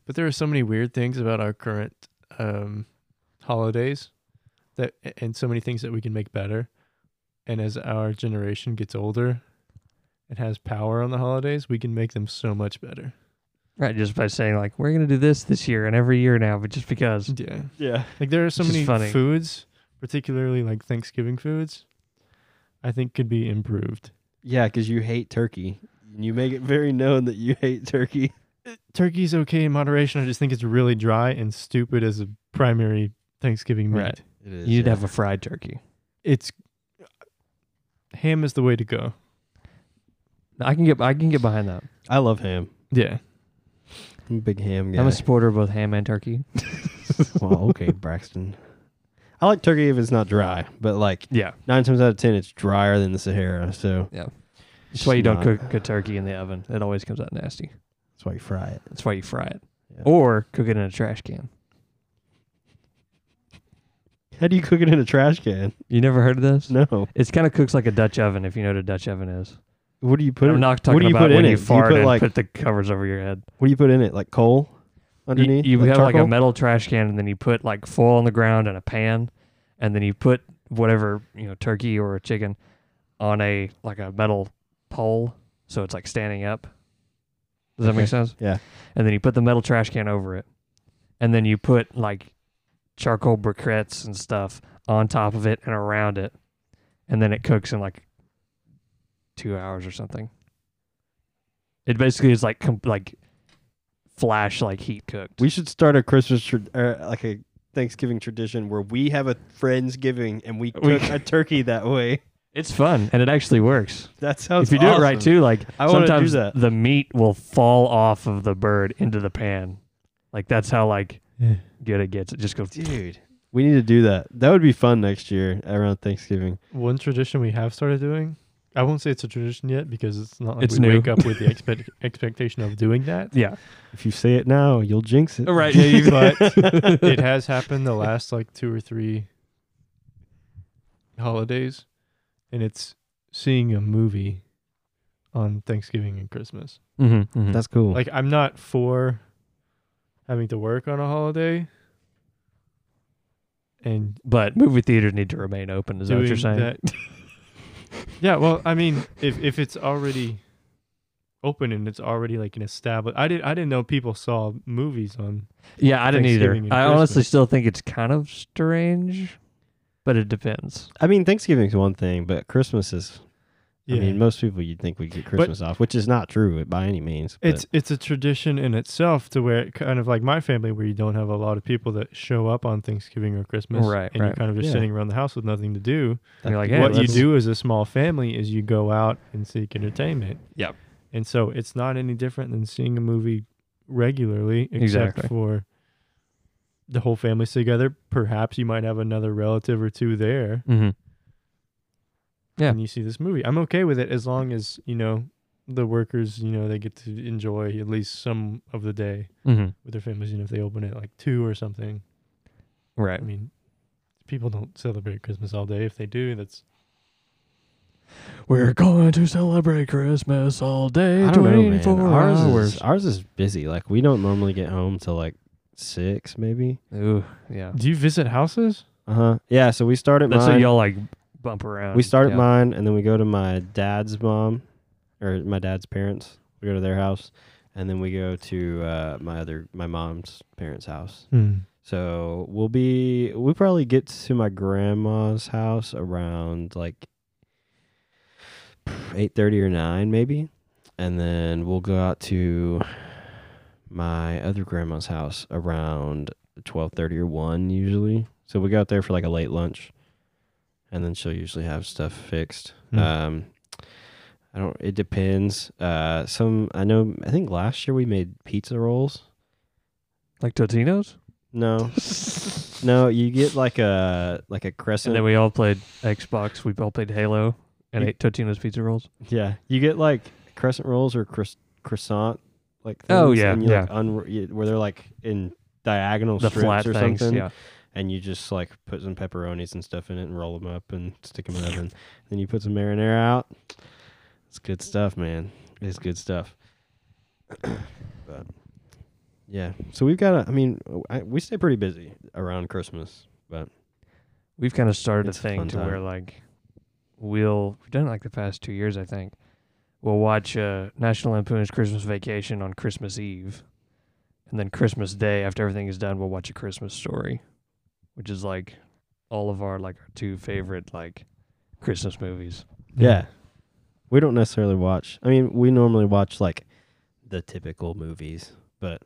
[SPEAKER 1] but there are so many weird things about our current um, holidays that and so many things that we can make better. And as our generation gets older and has power on the holidays, we can make them so much better.
[SPEAKER 3] Right, just by saying like we're gonna do this this year and every year now, but just because.
[SPEAKER 1] Yeah.
[SPEAKER 2] yeah.
[SPEAKER 1] Like there are so
[SPEAKER 3] Which is
[SPEAKER 1] many
[SPEAKER 3] funny.
[SPEAKER 1] foods, particularly like Thanksgiving foods, I think could be improved.
[SPEAKER 2] Yeah, because you hate turkey. You make it very known that you hate *laughs* turkey.
[SPEAKER 1] Turkey's okay in moderation. I just think it's really dry and stupid as a primary Thanksgiving meat.
[SPEAKER 3] Right.
[SPEAKER 2] It is.
[SPEAKER 3] You'd have a fried turkey.
[SPEAKER 1] It's ham is the way to go.
[SPEAKER 3] I can get I can get behind that.
[SPEAKER 2] I love ham.
[SPEAKER 1] Yeah.
[SPEAKER 2] I'm a big ham guy. *laughs*
[SPEAKER 3] I'm a supporter of both ham and turkey.
[SPEAKER 2] well, okay, Braxton. I like turkey if it's not dry, but like
[SPEAKER 3] Yeah.
[SPEAKER 2] nine times out of ten, it's drier than the Sahara. So
[SPEAKER 3] Yeah.
[SPEAKER 2] it's
[SPEAKER 3] That's why you don't
[SPEAKER 2] not-
[SPEAKER 3] cook a turkey in the oven. It always comes out nasty.
[SPEAKER 2] That's why you fry it.
[SPEAKER 3] That's why you fry it.
[SPEAKER 2] Yeah.
[SPEAKER 3] Or cook it in a trash can.
[SPEAKER 2] How do you cook it in a trash can? *laughs*
[SPEAKER 3] You never heard of this?
[SPEAKER 2] No.
[SPEAKER 3] It's kind of cooks like a Dutch oven, if you know what a Dutch oven is.
[SPEAKER 2] What do you put?
[SPEAKER 3] I'm
[SPEAKER 2] in,
[SPEAKER 3] not
[SPEAKER 2] what
[SPEAKER 3] talking
[SPEAKER 2] do you
[SPEAKER 3] about
[SPEAKER 2] put
[SPEAKER 3] when
[SPEAKER 2] in
[SPEAKER 3] you
[SPEAKER 2] it?
[SPEAKER 3] fart
[SPEAKER 2] you put
[SPEAKER 3] and
[SPEAKER 2] like
[SPEAKER 3] put the covers over your head.
[SPEAKER 2] what do you put in it? Like coal
[SPEAKER 3] You-
[SPEAKER 2] underneath.
[SPEAKER 3] You, have like a
[SPEAKER 2] charcoal?
[SPEAKER 3] metal trash can, and then you put like foil on the ground and a pan, and then you put whatever you know, turkey or a chicken, on a like a metal pole, so it's like standing up. Does that
[SPEAKER 2] Okay. *laughs*
[SPEAKER 3] make sense?
[SPEAKER 2] Yeah.
[SPEAKER 3] And then you put the metal trash can over it, and then you put like charcoal briquettes and stuff on top of it and around it, and then it cooks in like two hours or something. It basically is like com- like flash like heat cooked.
[SPEAKER 2] We should start a Christmas tra- uh, like a Thanksgiving tradition where we have a friendsgiving and we cook
[SPEAKER 3] We-
[SPEAKER 2] a turkey that way. *laughs*
[SPEAKER 3] It's fun and it actually works.
[SPEAKER 2] That sounds.
[SPEAKER 3] if you do it right
[SPEAKER 2] awesome.
[SPEAKER 3] too, like
[SPEAKER 2] I wanna do
[SPEAKER 3] sometimes
[SPEAKER 2] that.
[SPEAKER 3] the meat will fall off of the bird into the pan. Like that's how like
[SPEAKER 1] Yeah.
[SPEAKER 3] good it gets. It just goes.
[SPEAKER 2] dude. We need to do that. That would be fun next year around Thanksgiving.
[SPEAKER 1] One tradition we have started doing. I won't say it's a tradition yet because it's not like
[SPEAKER 3] It's
[SPEAKER 1] we
[SPEAKER 3] new.
[SPEAKER 1] wake up with the expect- expectation of doing
[SPEAKER 3] *laughs*
[SPEAKER 1] that.
[SPEAKER 3] Yeah.
[SPEAKER 2] If you say it now, you'll jinx
[SPEAKER 3] *laughs*
[SPEAKER 2] it.
[SPEAKER 3] Right.
[SPEAKER 1] but it has happened the last like two or three holidays, and it's seeing a movie on Thanksgiving and Christmas.
[SPEAKER 3] mm-hmm,
[SPEAKER 2] That's cool.
[SPEAKER 1] Like I'm not for having to work on a holiday, and
[SPEAKER 3] but movie theaters need to remain open. Is that what you're
[SPEAKER 1] doing
[SPEAKER 3] saying?
[SPEAKER 1] that- *laughs* yeah, well, I mean, if if it's already open and it's already like an established, I didn't I didn't know people saw movies on.
[SPEAKER 3] yeah, I didn't either. I
[SPEAKER 1] Thanksgiving and
[SPEAKER 3] honestly
[SPEAKER 1] Christmas.
[SPEAKER 3] still think it's kind of strange, but it depends.
[SPEAKER 2] I mean, Thanksgiving's one thing, but Christmas is.
[SPEAKER 1] Yeah,
[SPEAKER 2] I mean, most people you'd think would get Christmas off, which is not true by any means. but-
[SPEAKER 1] it's it's a tradition in itself to where it kind of like my family where you don't have a lot of people that show up on Thanksgiving or Christmas,
[SPEAKER 3] Right,
[SPEAKER 1] And you're
[SPEAKER 3] right.
[SPEAKER 1] kind of just
[SPEAKER 2] Yeah.
[SPEAKER 1] sitting around the house with nothing to do.
[SPEAKER 3] And you're like,
[SPEAKER 2] Yeah,
[SPEAKER 1] what you
[SPEAKER 2] that's-
[SPEAKER 1] do as a small family is you go out and seek entertainment.
[SPEAKER 3] Yep.
[SPEAKER 1] And so it's not any different than seeing a movie regularly, except
[SPEAKER 3] Exactly.
[SPEAKER 1] for the whole family's together. Perhaps you might have another relative or two there,
[SPEAKER 3] Mm-hmm. Yeah.
[SPEAKER 1] and you see this movie. I'm okay with it as long as you know the workers. You know they get to enjoy at least some of the day
[SPEAKER 3] Mm-hmm.
[SPEAKER 1] with their families. You know if they open it like two or something.
[SPEAKER 3] Right.
[SPEAKER 1] I mean, people don't celebrate Christmas all day. If they do, that's
[SPEAKER 3] We're going to celebrate Christmas all day.
[SPEAKER 2] I don't know, man.
[SPEAKER 3] 24
[SPEAKER 2] Ours
[SPEAKER 3] hours.
[SPEAKER 2] is ours is busy. Like we don't normally get home till like six, maybe.
[SPEAKER 3] Ooh, yeah.
[SPEAKER 1] do you visit houses?
[SPEAKER 2] Uh huh. Yeah. So we start at
[SPEAKER 3] That's
[SPEAKER 2] mine.
[SPEAKER 3] what y'all like bump around.
[SPEAKER 2] we start at
[SPEAKER 3] Yeah.
[SPEAKER 2] mine, and then we go to my dad's mom, or my dad's parents. We go to their house, and then we go to uh, my other my mom's parents' house. So we'll be we'll probably get to my grandma's house around like eight thirty or nine maybe, and then we'll go out to my other grandma's house around twelve thirty or one usually. So we go out there for like a late lunch, and then she'll usually have stuff fixed.
[SPEAKER 1] Hmm.
[SPEAKER 2] Um, I don't. It depends. Uh, some I know. I think last year we made pizza rolls.
[SPEAKER 3] like Totinos.
[SPEAKER 2] No, no, you get like a like a crescent.
[SPEAKER 3] And then we all played Xbox. We all played Halo and
[SPEAKER 2] You-
[SPEAKER 3] ate Totino's pizza rolls.
[SPEAKER 2] yeah, you get like crescent rolls or cros- croissant like. Things,
[SPEAKER 3] Oh, yeah,
[SPEAKER 2] and you, Like un- you, where they're like in diagonal
[SPEAKER 3] The
[SPEAKER 2] strips
[SPEAKER 3] flat
[SPEAKER 2] or
[SPEAKER 3] things.
[SPEAKER 2] something,
[SPEAKER 3] Yeah.
[SPEAKER 2] and you just like put some pepperonis and stuff in it and roll them up and stick them in the oven. Then you put some marinara out. It's good stuff, man. It's good stuff. *coughs* but yeah, so we've got. A, I mean, I, we stay pretty busy around Christmas.
[SPEAKER 3] We've kind of started
[SPEAKER 2] It's a
[SPEAKER 3] a thing
[SPEAKER 2] fun
[SPEAKER 3] to where like we'll we've done it like the past two years, I think. We'll watch uh, National Lampoon's Christmas Vacation on Christmas Eve, and then Christmas Day after everything is done, we'll watch a Christmas Story, which is like all of our like our two favorite like Christmas movies.
[SPEAKER 2] Yeah. We don't necessarily watch. I mean, we normally watch like the typical movies, but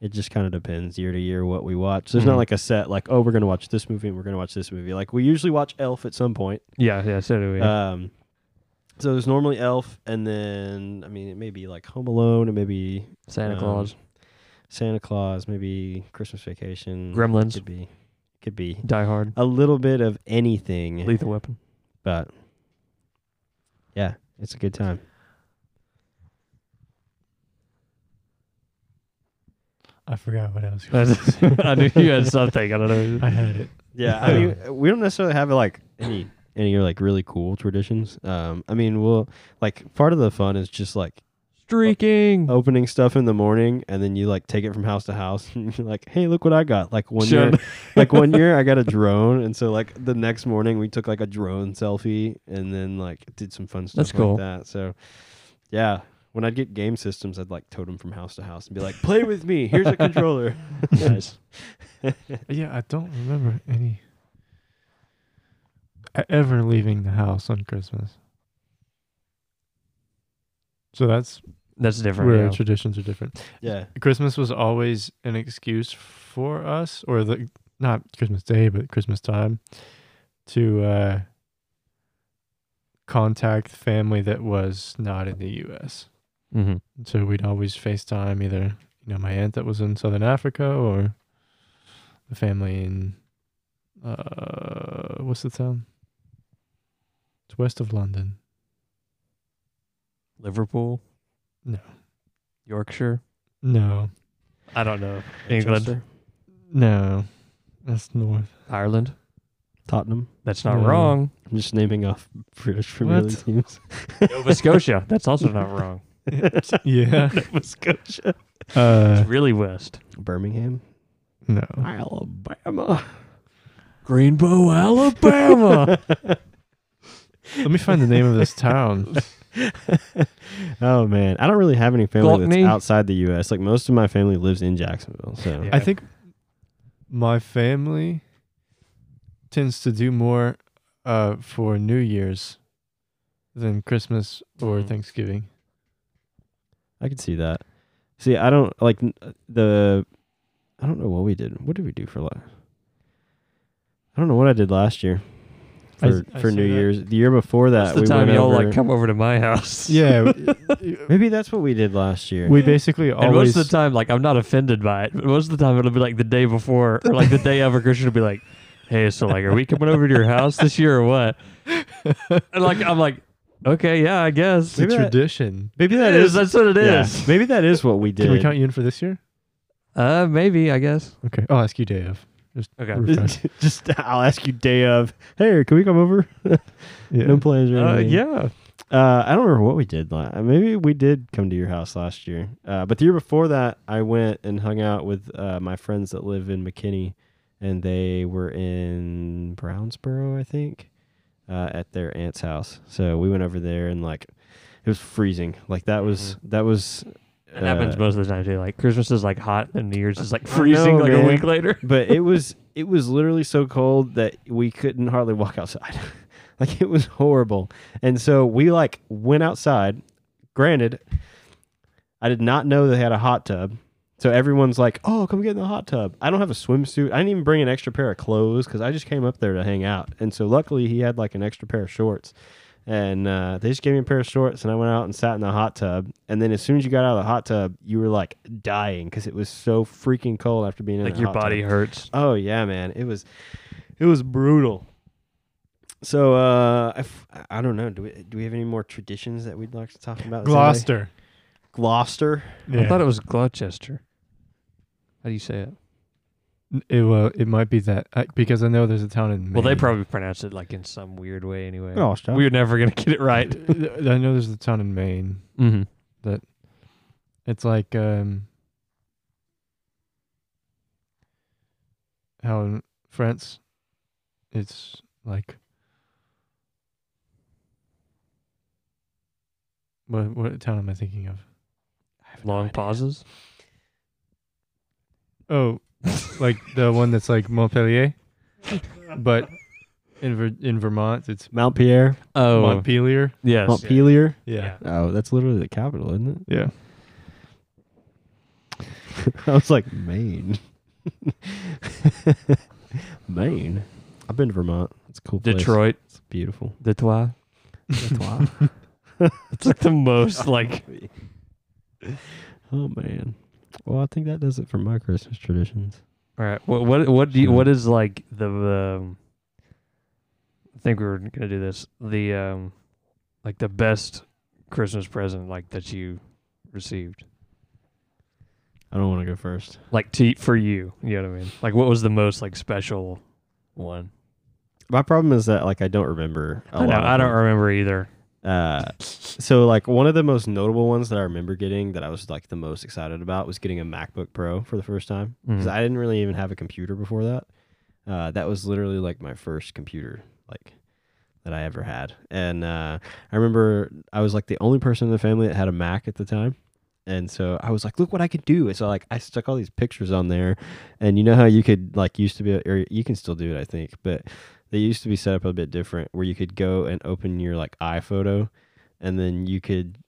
[SPEAKER 2] it just kind of depends year to year what we watch. There's
[SPEAKER 3] Mhm.
[SPEAKER 2] not like a set like, oh, we're going to watch this movie and we're going to watch this movie. Like we usually watch Elf at some point.
[SPEAKER 3] Yeah, Oh, yeah, so do we.
[SPEAKER 2] Um so there's normally Elf and then I mean, it may be like Home Alone, it may be
[SPEAKER 3] Santa
[SPEAKER 2] um,
[SPEAKER 3] Claus,
[SPEAKER 2] Santa Claus, maybe Christmas Vacation.
[SPEAKER 3] Gremlins,
[SPEAKER 2] could be could be
[SPEAKER 3] Die Hard,
[SPEAKER 2] a little bit of anything,
[SPEAKER 3] Lethal Weapon.
[SPEAKER 2] but yeah, it's a good time.
[SPEAKER 1] I forgot what I was.
[SPEAKER 3] *laughs* I knew you had something. I don't know.
[SPEAKER 1] I had it.
[SPEAKER 2] Yeah, I mean, we don't necessarily have like any any like really cool traditions. Um, I mean, we'll like part of the fun is just like
[SPEAKER 3] Streaking.
[SPEAKER 2] opening stuff in the morning, and then you like take it from house to house, *laughs* and you're like, "Hey, look what I got!" Like one
[SPEAKER 3] Sure. *laughs*
[SPEAKER 2] year, like one year I got a drone, and so like the next morning we took like a drone selfie, and then like did some fun stuff
[SPEAKER 3] That's cool.
[SPEAKER 2] like that. So, yeah. When I'd get game systems, I'd like tote them from house to house and be like, "Play with me. Here's a controller."
[SPEAKER 3] *laughs* Nice.
[SPEAKER 1] Yeah, I don't remember any e- ever leaving the house on Christmas. So that's
[SPEAKER 3] That's different.
[SPEAKER 1] where
[SPEAKER 3] yeah.
[SPEAKER 1] traditions are different.
[SPEAKER 2] yeah,
[SPEAKER 1] Christmas was always an excuse for us, or the not Christmas Day, but Christmas time, to uh, contact family that was not in the U.S.
[SPEAKER 3] Mhm.
[SPEAKER 1] So we'd always FaceTime either you know my aunt that was in Southern Africa or the family in uh what's the town? It's west of London.
[SPEAKER 3] Liverpool.
[SPEAKER 1] No.
[SPEAKER 3] Yorkshire.
[SPEAKER 1] No,
[SPEAKER 3] I don't know. England.
[SPEAKER 2] Chester,
[SPEAKER 1] no, that's *laughs* north.
[SPEAKER 3] Ireland.
[SPEAKER 2] Tottenham.
[SPEAKER 3] That's not
[SPEAKER 1] Yeah.
[SPEAKER 3] wrong.
[SPEAKER 2] I'm just naming off British Premier
[SPEAKER 1] What?
[SPEAKER 2] League teams. *laughs*
[SPEAKER 3] Nova Scotia. That's also not wrong.
[SPEAKER 1] *laughs* Yeah,
[SPEAKER 2] Nova Scotia.
[SPEAKER 1] uh,
[SPEAKER 3] *laughs* It's really west.
[SPEAKER 2] Birmingham.
[SPEAKER 1] *laughs* no.
[SPEAKER 2] Alabama.
[SPEAKER 3] Greenbow, Alabama.
[SPEAKER 1] Let me find the name of this town.
[SPEAKER 2] *laughs* oh man, I don't really have any family
[SPEAKER 3] Gaultney?
[SPEAKER 2] that's outside the U.S. Like most of my family lives in Jacksonville, so
[SPEAKER 3] Yeah.
[SPEAKER 1] I think my family tends to do more uh, for New Year's than Christmas or
[SPEAKER 3] Mm.
[SPEAKER 1] Thanksgiving.
[SPEAKER 2] I can see that. See, I don't like n- the. I don't know what we did. What did we do for last? I don't know what I did last year
[SPEAKER 1] I
[SPEAKER 2] for
[SPEAKER 1] s- I
[SPEAKER 2] for
[SPEAKER 1] see
[SPEAKER 2] New
[SPEAKER 1] that.
[SPEAKER 2] Year's. The year before that,
[SPEAKER 3] That's the
[SPEAKER 2] we
[SPEAKER 3] time
[SPEAKER 2] went
[SPEAKER 3] y'all
[SPEAKER 2] over.
[SPEAKER 3] like come over to my house. *laughs*
[SPEAKER 1] Yeah, w-
[SPEAKER 2] Maybe that's what we did last year.
[SPEAKER 1] we basically always
[SPEAKER 3] And most of the time, like I'm not offended by it. But most of the time, it'll be like the day before or like the day of. Or Christian will be like, "Hey, so like, are we coming over to your house this year or what?" And like I'm like, "Okay, yeah, I guess."
[SPEAKER 1] it's
[SPEAKER 2] Maybe
[SPEAKER 1] a
[SPEAKER 2] that-
[SPEAKER 1] tradition.
[SPEAKER 2] maybe
[SPEAKER 3] That
[SPEAKER 2] that
[SPEAKER 3] is.
[SPEAKER 2] is.
[SPEAKER 3] That's what it
[SPEAKER 2] yeah,
[SPEAKER 3] is.
[SPEAKER 2] Maybe that is what we did.
[SPEAKER 1] Can we count you in for this year?
[SPEAKER 3] Uh, maybe I guess.
[SPEAKER 1] Okay, Oh, I'll ask you day of. Just
[SPEAKER 3] Okay.
[SPEAKER 2] *laughs*
[SPEAKER 1] refresh.
[SPEAKER 2] Just I'll ask you day of. Hey, can we come over?
[SPEAKER 1] Yeah.
[SPEAKER 2] No plans or
[SPEAKER 3] Uh,
[SPEAKER 2] anything.
[SPEAKER 3] yeah.
[SPEAKER 2] Uh, I don't remember what we did. La- uh, maybe we did come to your house last year. Uh, but the year before that, I went and hung out with uh, my friends that live in McKinney, and they were in Brownsboro, I think, uh, at their aunt's house. So we went over there and like it was freezing. Like that was that was.
[SPEAKER 3] It happens
[SPEAKER 2] uh,
[SPEAKER 3] most of the time too. Like Christmas is like hot, and New Year's is like freezing
[SPEAKER 2] know,
[SPEAKER 3] like
[SPEAKER 2] man.
[SPEAKER 3] a week later.
[SPEAKER 2] *laughs* but it was it was literally so cold that we couldn't hardly walk outside. *laughs* like it was horrible. And so we like went outside. Granted, I did not know they had a hot tub. So everyone's like, "Oh, come get in the hot tub." I don't have a swimsuit. I didn't even bring an extra pair of clothes cuz I just came up there to hang out. And so luckily he had like an extra pair of shorts. And uh, they just gave me a pair of shorts, and I went out and sat in the hot tub. And then, as soon as you got out of the hot tub, you were like dying because it was so freaking cold after being in
[SPEAKER 3] Like
[SPEAKER 2] the
[SPEAKER 3] your
[SPEAKER 2] hot tub.
[SPEAKER 3] body hurts.
[SPEAKER 2] Oh yeah, man. It was it was brutal. So uh I, f- I don't know. Do we do we have any more traditions that we'd like to talk about? today?
[SPEAKER 1] Gloucester.
[SPEAKER 2] Gloucester.
[SPEAKER 1] Yeah.
[SPEAKER 3] I thought it was Gloucester. How do you say it?
[SPEAKER 1] N- it, well, it might be that I, because I know there's a town in. Maine.
[SPEAKER 3] Well, they probably pronounce it like in some weird way anyway.
[SPEAKER 2] Gloucester.
[SPEAKER 3] We were never gonna get
[SPEAKER 1] *laughs*
[SPEAKER 3] it right.
[SPEAKER 1] I know there's a town in Maine.
[SPEAKER 3] Mm-hmm.
[SPEAKER 1] It's like um, how in France, it's like what what town am I thinking of?
[SPEAKER 3] Long pauses.
[SPEAKER 1] Oh, like the one that's like Montpellier, but in Ver- in Vermont it's
[SPEAKER 2] Mount Pierre.
[SPEAKER 3] Oh,
[SPEAKER 1] Montpelier.
[SPEAKER 3] yes.
[SPEAKER 2] Montpelier.
[SPEAKER 1] Yeah,
[SPEAKER 2] Oh, that's literally the capital, isn't
[SPEAKER 1] yeah.
[SPEAKER 2] *laughs* it? I was like Maine. *laughs* Maine. I've been to Vermont. It's a cool place.
[SPEAKER 3] Detroit,
[SPEAKER 2] It's
[SPEAKER 3] *laughs*
[SPEAKER 2] beautiful.
[SPEAKER 3] Detroit.
[SPEAKER 2] Detroit.
[SPEAKER 3] It's like the
[SPEAKER 2] *laughs*
[SPEAKER 3] most like.
[SPEAKER 2] oh man. Well, I think that does it for my Christmas traditions.
[SPEAKER 3] All right. What what what do you,
[SPEAKER 2] Sure.
[SPEAKER 3] what is like the um, I think we were gonna do this. The um, like the best Christmas present like that you received.
[SPEAKER 2] I don't want to go first.
[SPEAKER 3] Like to for you, you know what I mean. Like, what was the most like special one.
[SPEAKER 2] My problem is that like I don't remember. I
[SPEAKER 3] I know. I don't remember either.
[SPEAKER 2] Uh, so like one of the most notable ones that I remember getting that I was like the most excited about was getting a MacBook Pro for the first time because
[SPEAKER 3] Mhm.
[SPEAKER 2] I didn't really even have a computer before that. Uh, that was literally like my first computer like that I ever had, and uh, I remember I was like the only person in the family that had a Mac at the time. And so I was like, "Look what I could do!" And so like I stuck all these pictures on there, and you know how you could like used to be, or you can still do it, I think, but they used to be set up a bit different, where you could go and open your like iPhoto, and then you could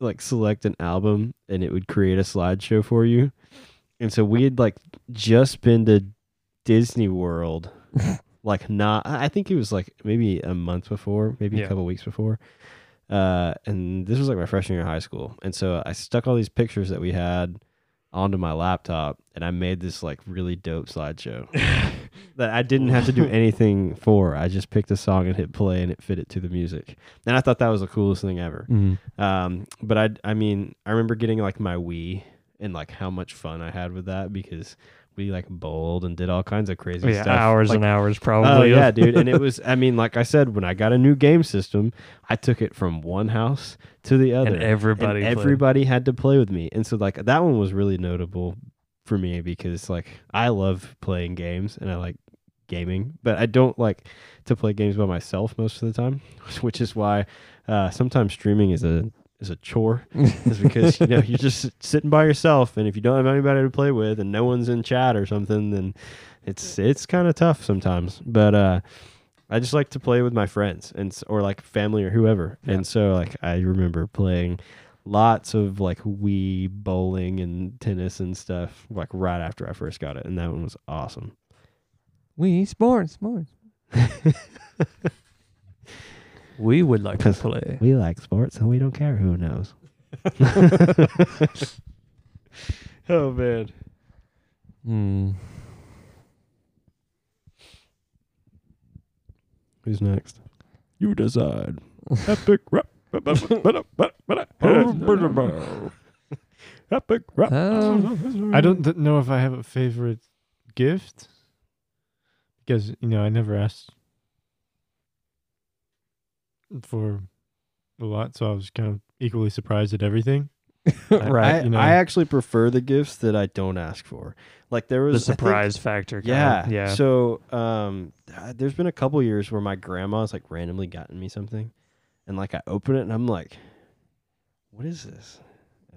[SPEAKER 2] like select an album and it would create a slideshow for you. And so we had like just been to Disney World, like not I I think it was like maybe a month before, maybe a
[SPEAKER 3] Yeah.
[SPEAKER 2] couple weeks before. Uh, and this was like my freshman year of high school. And so I stuck all these pictures that we had onto my laptop and I made this like really dope slideshow
[SPEAKER 3] *laughs*
[SPEAKER 2] that I didn't have to do anything for. I just picked a song and hit play and it fit it to the music. And I thought that was the coolest thing ever.
[SPEAKER 3] Mm.
[SPEAKER 2] Um, but I, I mean, I remember getting like my Wii and like how much fun I had with that because we like bowled and did all kinds of crazy
[SPEAKER 3] Oh, Yeah,
[SPEAKER 2] stuff.
[SPEAKER 3] hours
[SPEAKER 2] Like,
[SPEAKER 3] and hours
[SPEAKER 2] *laughs* Oh
[SPEAKER 3] probably.
[SPEAKER 2] yeah,
[SPEAKER 3] *laughs*
[SPEAKER 2] dude. And it was, I mean, like I said, when I got a new game system, I took it from one house to the other,
[SPEAKER 3] and everybody.
[SPEAKER 2] and
[SPEAKER 3] played. *laughs*
[SPEAKER 2] everybody had to play with me. And so like that one was really notable for me because like I love playing games and I like gaming, but I don't like to play games by myself most of the time, *laughs* which is why uh, sometimes streaming is a is a chore is because you know you're just sitting by yourself and if you don't have anybody to play with and no one's in chat or something then it's it's kind of tough sometimes but uh i just like to play with my friends and s- or like family or whoever and so like i remember playing lots of like wii bowling and tennis and stuff like right after i first got it and that one was awesome
[SPEAKER 3] We sports, sports. *laughs* we would like to play.
[SPEAKER 2] we like sports and we don't care who knows *laughs* oh man
[SPEAKER 3] Hmm.
[SPEAKER 2] who's next you decide
[SPEAKER 1] Epic rap. Epic rap.
[SPEAKER 3] Um,
[SPEAKER 1] I don't th- know if I have a favorite gift because you know I never asked for a lot, so I was kind of equally surprised at everything.
[SPEAKER 3] right.
[SPEAKER 2] I,
[SPEAKER 1] you know.
[SPEAKER 2] I actually prefer the gifts that I don't ask for. Like there
[SPEAKER 3] the
[SPEAKER 2] was I think-
[SPEAKER 3] surprise factor. kinda.
[SPEAKER 2] yeah,
[SPEAKER 3] yeah.
[SPEAKER 2] So um, uh, there's been a couple years where my grandma's like randomly gotten me something, and like I open it and I'm like, "What is this?"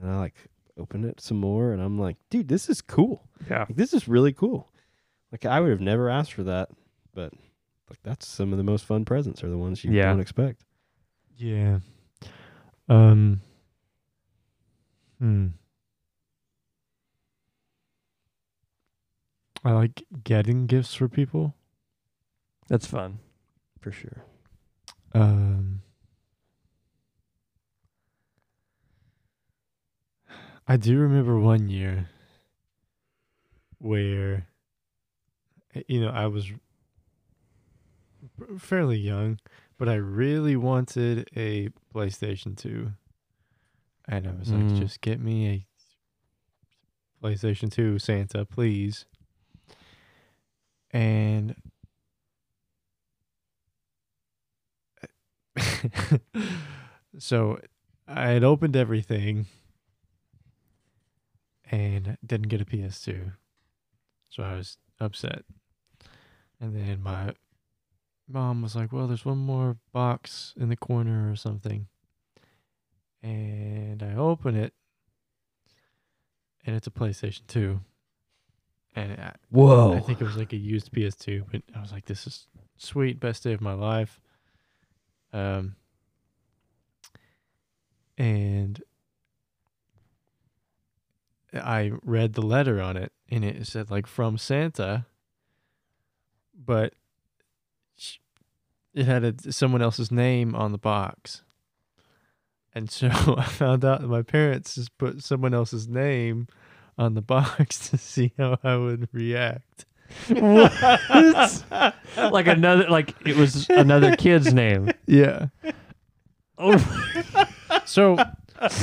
[SPEAKER 2] And I like open it some more and I'm like, "Dude, this is cool.
[SPEAKER 3] yeah.
[SPEAKER 2] Like this is really cool. Like I would have never asked for that, but like that's some of the most fun presents are the ones you
[SPEAKER 3] Yeah.
[SPEAKER 2] don't expect."
[SPEAKER 1] Yeah. Um. Hmm. I like getting gifts for people.
[SPEAKER 3] That's
[SPEAKER 2] *laughs*
[SPEAKER 3] fun.
[SPEAKER 2] For sure.
[SPEAKER 1] Um, I do remember one year where, uh, you know, I was r- fairly young, but I really wanted a PlayStation 2. And I was
[SPEAKER 3] Mm.
[SPEAKER 1] like, just get me a PlayStation 2, Santa, please. And *laughs* so I had opened everything and didn't get a PS2. So I was upset. And then my mom was like, Well, there's one more box in the corner or something. And I open it and it's a PlayStation 2. And I,
[SPEAKER 2] Whoa.
[SPEAKER 1] I think it was like a used PS2, but I was like, this is sweet, best day of my life. Um, and I read the letter on it, and it said like from Santa, but sh- it had a, someone else's name on the box. And so *laughs* I found out that my parents just put someone else's name on the *laughs* box to see how I would react.
[SPEAKER 3] What? like another, like it
[SPEAKER 2] *laughs*
[SPEAKER 3] was another kid's name.
[SPEAKER 1] Yeah.
[SPEAKER 3] Oh,
[SPEAKER 1] So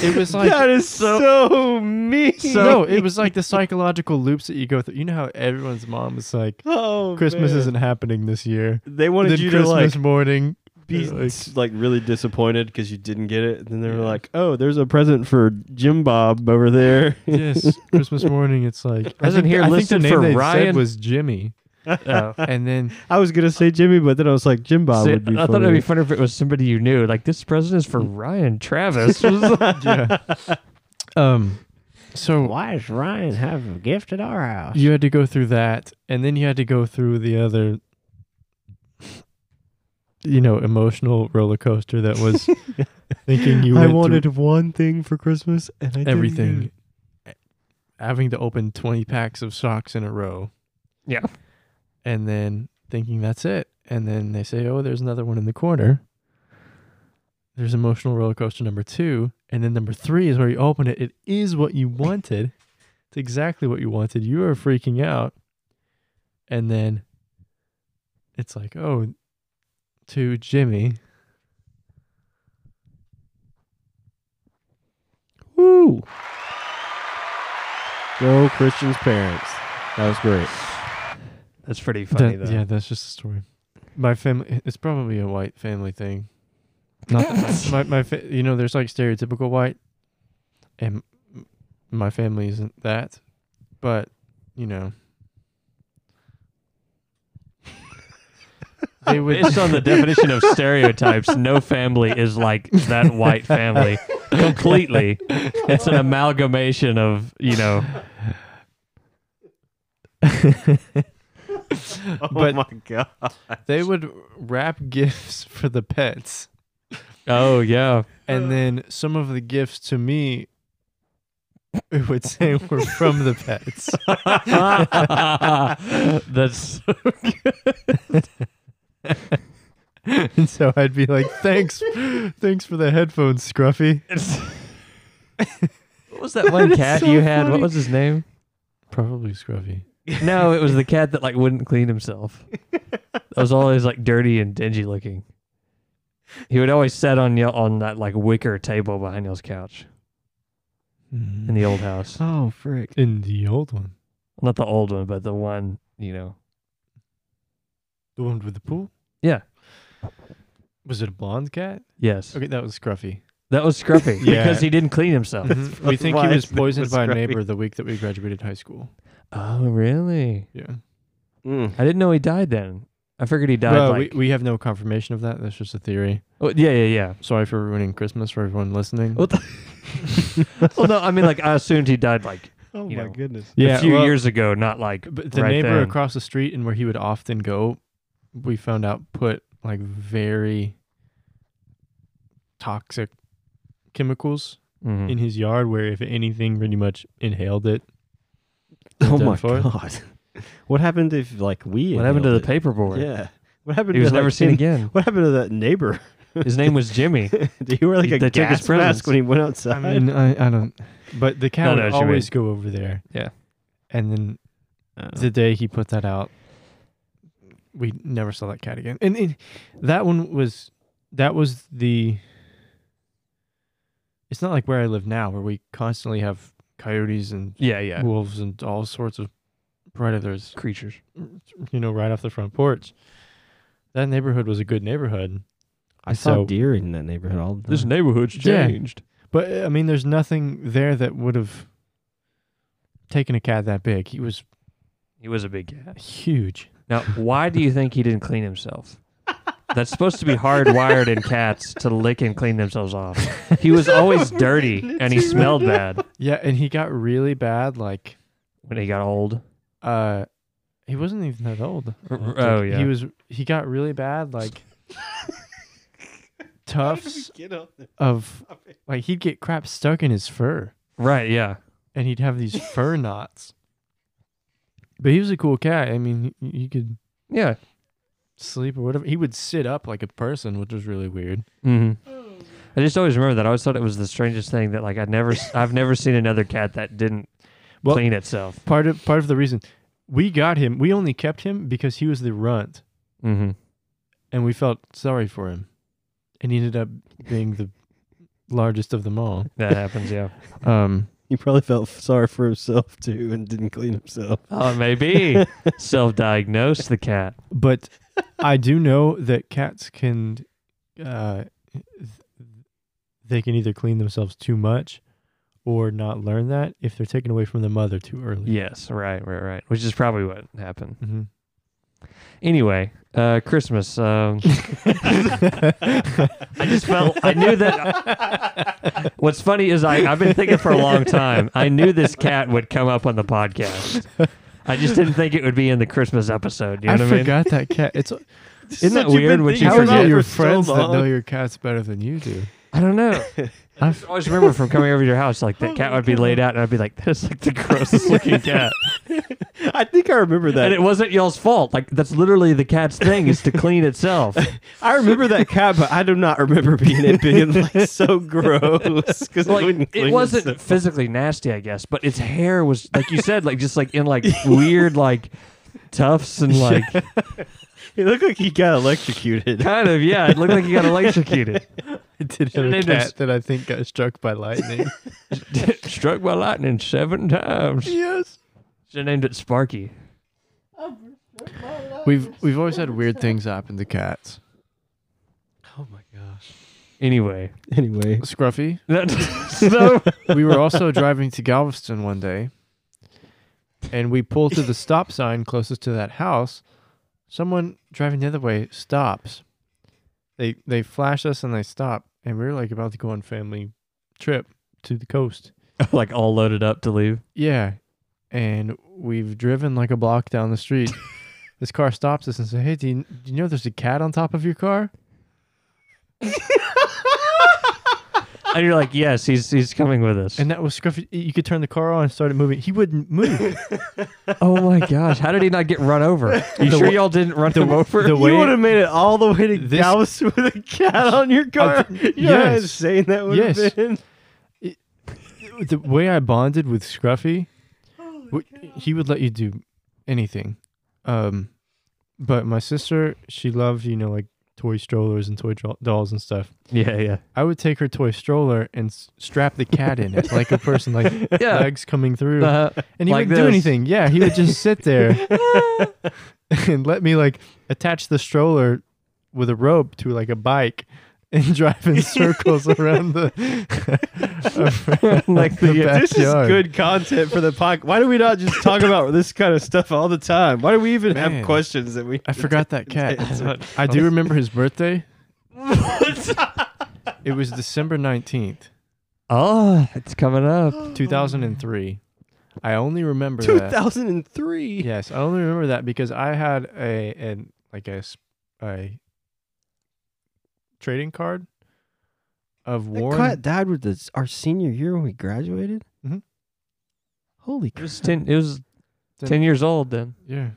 [SPEAKER 1] It *laughs* was like
[SPEAKER 3] that is
[SPEAKER 2] *laughs*
[SPEAKER 3] so, mean.
[SPEAKER 1] no, it was like the psychological loops that you go through. You know how everyone's mom is like,
[SPEAKER 2] oh,
[SPEAKER 1] Christmas
[SPEAKER 2] man.
[SPEAKER 1] isn't happening this year.
[SPEAKER 2] They wanted
[SPEAKER 1] then
[SPEAKER 2] you to like
[SPEAKER 1] Christmas morning.
[SPEAKER 2] be
[SPEAKER 1] like-
[SPEAKER 2] s- like really disappointed because you didn't get it. And then they were
[SPEAKER 1] Yeah.
[SPEAKER 2] like, "Oh, there's a present for Jim Bob over there."
[SPEAKER 1] *laughs* Yes, Christmas morning. It's like I
[SPEAKER 3] Wasn't
[SPEAKER 1] think,
[SPEAKER 3] here
[SPEAKER 1] I think the
[SPEAKER 3] listed
[SPEAKER 1] name
[SPEAKER 3] for
[SPEAKER 1] they said
[SPEAKER 3] Ryan?
[SPEAKER 1] was Jimmy,
[SPEAKER 3] *laughs* Oh.
[SPEAKER 1] and
[SPEAKER 3] *laughs*
[SPEAKER 1] then
[SPEAKER 2] *laughs* I was gonna say Jimmy, but then I was like, "Jim Bob
[SPEAKER 3] See,
[SPEAKER 2] would be."
[SPEAKER 3] Oh,
[SPEAKER 2] Mm.
[SPEAKER 3] I thought it'd be funny if it was somebody you knew. Like this president is for Ryan
[SPEAKER 2] *laughs*
[SPEAKER 3] Travis.
[SPEAKER 1] yeah, um, so
[SPEAKER 2] Why does Ryan have a gift at our house?
[SPEAKER 1] you had to go through that, and then you had to go through the other, you know, emotional roller coaster that
[SPEAKER 3] *laughs*
[SPEAKER 1] was thinking you.
[SPEAKER 2] I
[SPEAKER 1] went through
[SPEAKER 2] wanted one thing for Christmas, and I didn't get
[SPEAKER 1] everything.
[SPEAKER 2] it.
[SPEAKER 1] Having to open 20 packs of socks in a row.
[SPEAKER 3] Yeah.
[SPEAKER 1] And then thinking that's it. And then they say, oh, there's another one in the corner. There's emotional roller coaster number two. And then number three is where you open it. It is what you wanted. It's exactly what you wanted. You are freaking out. And then it's like, oh, to Jimmy.
[SPEAKER 2] Woo! Go Christian's parents. That was great.
[SPEAKER 3] That's pretty funny
[SPEAKER 1] That-
[SPEAKER 3] though.
[SPEAKER 1] Yeah, that's just a story. My family, it's probably a white family thing. Not that- my my, fa- you know, there's like stereotypical white, and m- my family isn't that, but you
[SPEAKER 3] *laughs*
[SPEAKER 1] know, they would. *laughs*
[SPEAKER 3] Based on the definition of stereotypes, no family is like that
[SPEAKER 1] *laughs*
[SPEAKER 3] white family completely. It's an amalgamation of you
[SPEAKER 2] *laughs*
[SPEAKER 3] know.
[SPEAKER 1] *laughs* But-
[SPEAKER 2] my god!
[SPEAKER 1] they would wrap gifts for the pets.
[SPEAKER 3] Oh yeah,
[SPEAKER 1] and then some of the gifts to me it would say were from the pets.
[SPEAKER 3] *laughs* that's
[SPEAKER 1] *laughs* and so I'd be like, "Thanks, thanks for the headphones, Scruffy."
[SPEAKER 3] what was that one cat
[SPEAKER 2] so
[SPEAKER 3] you had? What
[SPEAKER 2] funny.
[SPEAKER 3] was his name?
[SPEAKER 1] *laughs* Probably Scruffy.
[SPEAKER 3] No, it was the cat that like wouldn't clean himself. That was always like dirty and dingy looking. He would always sit on y'all on that like wicker table behind y'all's couch in the old house.
[SPEAKER 2] Oh frick!
[SPEAKER 1] *laughs* In the old one,
[SPEAKER 3] Not the old one, but the one you know.
[SPEAKER 1] the one with the pool.
[SPEAKER 3] Yeah.
[SPEAKER 1] Was it a blonde cat?
[SPEAKER 3] Yes,
[SPEAKER 1] Okay, that was Scruffy.
[SPEAKER 3] that
[SPEAKER 1] *laughs*
[SPEAKER 3] was Scruffy
[SPEAKER 1] Yeah.
[SPEAKER 3] because he didn't
[SPEAKER 1] *laughs*
[SPEAKER 3] clean himself.
[SPEAKER 2] *laughs*
[SPEAKER 1] We think
[SPEAKER 2] why
[SPEAKER 1] he was
[SPEAKER 2] his name
[SPEAKER 1] poisoned
[SPEAKER 2] was
[SPEAKER 1] by a
[SPEAKER 2] Scruffy.
[SPEAKER 1] neighbor the week that we graduated high school.
[SPEAKER 3] oh really?
[SPEAKER 1] Yeah.
[SPEAKER 2] Mm.
[SPEAKER 3] I didn't know he died then. I figured he died.
[SPEAKER 1] well,
[SPEAKER 3] like,
[SPEAKER 1] we, we have no confirmation of that. That's just a theory.
[SPEAKER 3] oh, yeah,
[SPEAKER 1] *laughs*
[SPEAKER 3] yeah, yeah.
[SPEAKER 1] Sorry for ruining Christmas for everyone listening.
[SPEAKER 3] What well, no, I mean, like I assumed he died like
[SPEAKER 2] Oh
[SPEAKER 3] You
[SPEAKER 2] my
[SPEAKER 3] know.
[SPEAKER 2] goodness!
[SPEAKER 3] a few years ago, not like.
[SPEAKER 1] But the
[SPEAKER 3] right
[SPEAKER 1] neighbor
[SPEAKER 3] then.
[SPEAKER 1] across the street and where he would often go, we found out put like very toxic chemicals
[SPEAKER 3] Mhm.
[SPEAKER 1] in his yard where if anything pretty much inhaled it.
[SPEAKER 2] *laughs* Oh
[SPEAKER 1] done
[SPEAKER 2] my
[SPEAKER 1] for it.
[SPEAKER 2] god! *laughs* What happened if like we?
[SPEAKER 3] What happened to the
[SPEAKER 2] inhaled
[SPEAKER 3] paperboard?
[SPEAKER 2] it? Yeah. What happened?
[SPEAKER 3] He was
[SPEAKER 2] to,
[SPEAKER 3] never
[SPEAKER 2] like,
[SPEAKER 3] seen
[SPEAKER 1] *laughs*
[SPEAKER 2] any-
[SPEAKER 3] again.
[SPEAKER 2] What happened to that neighbor? *laughs*
[SPEAKER 3] His name was Jimmy. *laughs*
[SPEAKER 2] Did he wear like
[SPEAKER 3] He-
[SPEAKER 2] a
[SPEAKER 3] they took his
[SPEAKER 2] gas
[SPEAKER 3] presents.
[SPEAKER 2] mask when he went outside?
[SPEAKER 1] I mean, I, I don't. But the
[SPEAKER 3] No,
[SPEAKER 1] cat
[SPEAKER 3] no,
[SPEAKER 1] would
[SPEAKER 3] she would.
[SPEAKER 1] always go over there.
[SPEAKER 3] Yeah.
[SPEAKER 1] And then
[SPEAKER 2] Oh.
[SPEAKER 1] the day he put that out, we never saw that cat again. And it, that one was that was the. It's not like where I live now, where we constantly have coyotes and
[SPEAKER 3] Yeah, yeah.
[SPEAKER 1] wolves and all sorts of predators,
[SPEAKER 3] Creatures.
[SPEAKER 1] you know, right off the front porch. That neighborhood was a good neighborhood.
[SPEAKER 2] I saw
[SPEAKER 1] so-
[SPEAKER 2] deer in that neighborhood all the
[SPEAKER 3] This
[SPEAKER 2] *laughs* time.
[SPEAKER 3] neighborhood's
[SPEAKER 1] Yeah.
[SPEAKER 3] changed.
[SPEAKER 1] But I mean, there's nothing there that would have taken a cat that big. He was
[SPEAKER 3] He was a big cat.
[SPEAKER 1] huge.
[SPEAKER 3] Now, why do you think he didn't clean himself? That's supposed to be hardwired in cats to lick and clean themselves off. *laughs* He was *laughs* always dirty and he smelled bad
[SPEAKER 1] *laughs* Yeah, and he got really bad. Like,
[SPEAKER 3] when he got old.
[SPEAKER 1] uh, he wasn't even that old. I don't
[SPEAKER 3] Oh,
[SPEAKER 1] think.
[SPEAKER 3] yeah.
[SPEAKER 1] he was. He got really bad.
[SPEAKER 3] *laughs*
[SPEAKER 1] Like,
[SPEAKER 2] *laughs*
[SPEAKER 1] tufts of like he'd get crap stuck in his fur.
[SPEAKER 3] Right, yeah.
[SPEAKER 1] and he'd have these
[SPEAKER 3] *laughs*
[SPEAKER 1] fur knots. But he was a cool cat. I mean, he, he could
[SPEAKER 3] Yeah.
[SPEAKER 1] sleep or whatever. He would sit up like a person, which was really weird.
[SPEAKER 3] hmm I just always remember that. I always thought it was the strangest thing that like I never I've never seen another cat that didn't
[SPEAKER 1] Well-
[SPEAKER 3] clean itself.
[SPEAKER 1] Part of part of the reason we got him, we only kept him because he was the runt,
[SPEAKER 3] Mm-hmm.
[SPEAKER 1] and we felt sorry for him, and he ended up being the largest of them all.
[SPEAKER 3] That happens, yeah.
[SPEAKER 1] Um,
[SPEAKER 2] He probably felt sorry for himself too and didn't clean himself.
[SPEAKER 3] *laughs* Oh,
[SPEAKER 2] *laughs*
[SPEAKER 3] maybe self-diagnose the cat.
[SPEAKER 1] but I do know that cats can, uh, they can either clean themselves too much, or not learn that if they're taken away from the mother too early.
[SPEAKER 3] Yes, right, right, right. Which is probably what happened.
[SPEAKER 1] hmm
[SPEAKER 3] Anyway, uh, Christmas. Um, *laughs* I just felt I knew that.
[SPEAKER 1] *laughs*
[SPEAKER 3] What's funny is I I've been thinking for a long time. I knew this cat would come up on the podcast. I just didn't think it would be in the Christmas episode. You know
[SPEAKER 1] I
[SPEAKER 3] what I mean?
[SPEAKER 1] forgot that cat.
[SPEAKER 2] *laughs*
[SPEAKER 1] It's
[SPEAKER 3] Isn't that weird when you
[SPEAKER 1] how is
[SPEAKER 3] forget?
[SPEAKER 1] it your
[SPEAKER 2] for so
[SPEAKER 1] friends that know
[SPEAKER 2] long.
[SPEAKER 1] your cats better than you
[SPEAKER 2] *laughs*
[SPEAKER 1] do?
[SPEAKER 3] I don't *laughs* know. I just always remember from coming over to your house, like that cat would be laid out, and I'd be like, "That's like *laughs* the grossest looking cat,"
[SPEAKER 2] I think I remember
[SPEAKER 3] and
[SPEAKER 2] that.
[SPEAKER 3] it wasn't y'all's fault. Like that's literally the cat's thing is to clean *laughs* itself.
[SPEAKER 2] I remember *laughs* that cat, but I do not remember being it being *laughs* like so gross because
[SPEAKER 3] Like it wasn't physically nasty, I guess, but its hair was, like you said, like just like in *laughs* like weird like tufts and like
[SPEAKER 2] It looked like he got electrocuted.
[SPEAKER 3] kind of yeah. It looked like you got electrocuted,
[SPEAKER 1] I did
[SPEAKER 3] Should've
[SPEAKER 1] have a
[SPEAKER 3] named us-
[SPEAKER 1] cat that I think got struck by
[SPEAKER 2] *laughs*
[SPEAKER 1] lightning.
[SPEAKER 3] *laughs* struck by lightning seven times.
[SPEAKER 1] yes.
[SPEAKER 3] She named it Sparky.
[SPEAKER 1] We've we've always had weird things happen to cats.
[SPEAKER 2] *laughs* Oh my gosh.
[SPEAKER 3] Anyway,
[SPEAKER 2] Anyway,
[SPEAKER 1] Scruffy.
[SPEAKER 3] *laughs* so
[SPEAKER 1] We were
[SPEAKER 2] *laughs*
[SPEAKER 1] also driving to Galveston one day, and we pulled to the stop sign closest to that house. Someone driving the other way stops. They they flash us and they stop, and we were like about to go on family trip to the coast.
[SPEAKER 3] like all loaded up to leave.
[SPEAKER 1] Yeah. And we've driven like a block down the *laughs* street. this car stops us and says, Hey, do you, do you know there's a cat on top of your *laughs* car?
[SPEAKER 3] And you're like, yes, he's he's coming with us.
[SPEAKER 1] And that was Scruffy. You could turn the car on and started moving. He wouldn't move. *laughs*
[SPEAKER 3] oh my gosh, how did he not get run over? *laughs* You sure y'all didn't run him over?
[SPEAKER 1] the
[SPEAKER 2] you
[SPEAKER 1] way-
[SPEAKER 2] would
[SPEAKER 3] *laughs*
[SPEAKER 2] have made it all the way to
[SPEAKER 1] This- *laughs*
[SPEAKER 2] Galveston with a cat on your car.
[SPEAKER 1] th-
[SPEAKER 2] you know how
[SPEAKER 1] yes.
[SPEAKER 2] insane that would have
[SPEAKER 1] Yes.
[SPEAKER 2] *laughs* been.
[SPEAKER 1] the way I bonded with Scruffy, w- he would let you do anything. Um, but my sister, she loved, you know, like toy strollers and toy dro- dolls and stuff.
[SPEAKER 3] yeah, yeah.
[SPEAKER 1] I would take her toy stroller and s- strap the cat in it, like a person, like
[SPEAKER 3] *laughs* *laughs* Yeah.
[SPEAKER 1] legs coming through.
[SPEAKER 3] Uh,
[SPEAKER 1] and he
[SPEAKER 3] like
[SPEAKER 1] wouldn't do
[SPEAKER 3] this.
[SPEAKER 1] anything. Yeah, he would just sit there
[SPEAKER 3] *laughs* Uh-huh.
[SPEAKER 1] and let me like attach the stroller with a rope to like a bike and *laughs* drive in circles around the
[SPEAKER 3] *laughs*
[SPEAKER 1] *laughs*
[SPEAKER 3] like
[SPEAKER 1] the
[SPEAKER 3] the,
[SPEAKER 2] This is
[SPEAKER 1] backyard.
[SPEAKER 2] good content for the podcast. Why do we not just talk *laughs* about this kind of stuff all the time? Why do we even have
[SPEAKER 1] Man.
[SPEAKER 2] questions that we?
[SPEAKER 1] I forgot that cat.
[SPEAKER 2] Answer?
[SPEAKER 1] I
[SPEAKER 3] *laughs*
[SPEAKER 1] do remember his birthday. It was December 19th,
[SPEAKER 3] oh, it's coming up.
[SPEAKER 1] 2003. I only remember that.
[SPEAKER 2] *laughs* 2003.
[SPEAKER 1] Yes, I only remember that because I had a an like a s- a trading card of
[SPEAKER 2] That
[SPEAKER 1] Warren.
[SPEAKER 2] cat died with this, our senior year when we graduated.
[SPEAKER 1] Mhm.
[SPEAKER 2] Holy
[SPEAKER 3] It
[SPEAKER 2] crap!
[SPEAKER 3] was ten. It was
[SPEAKER 1] Then-
[SPEAKER 3] ten years old then.
[SPEAKER 1] Yeah,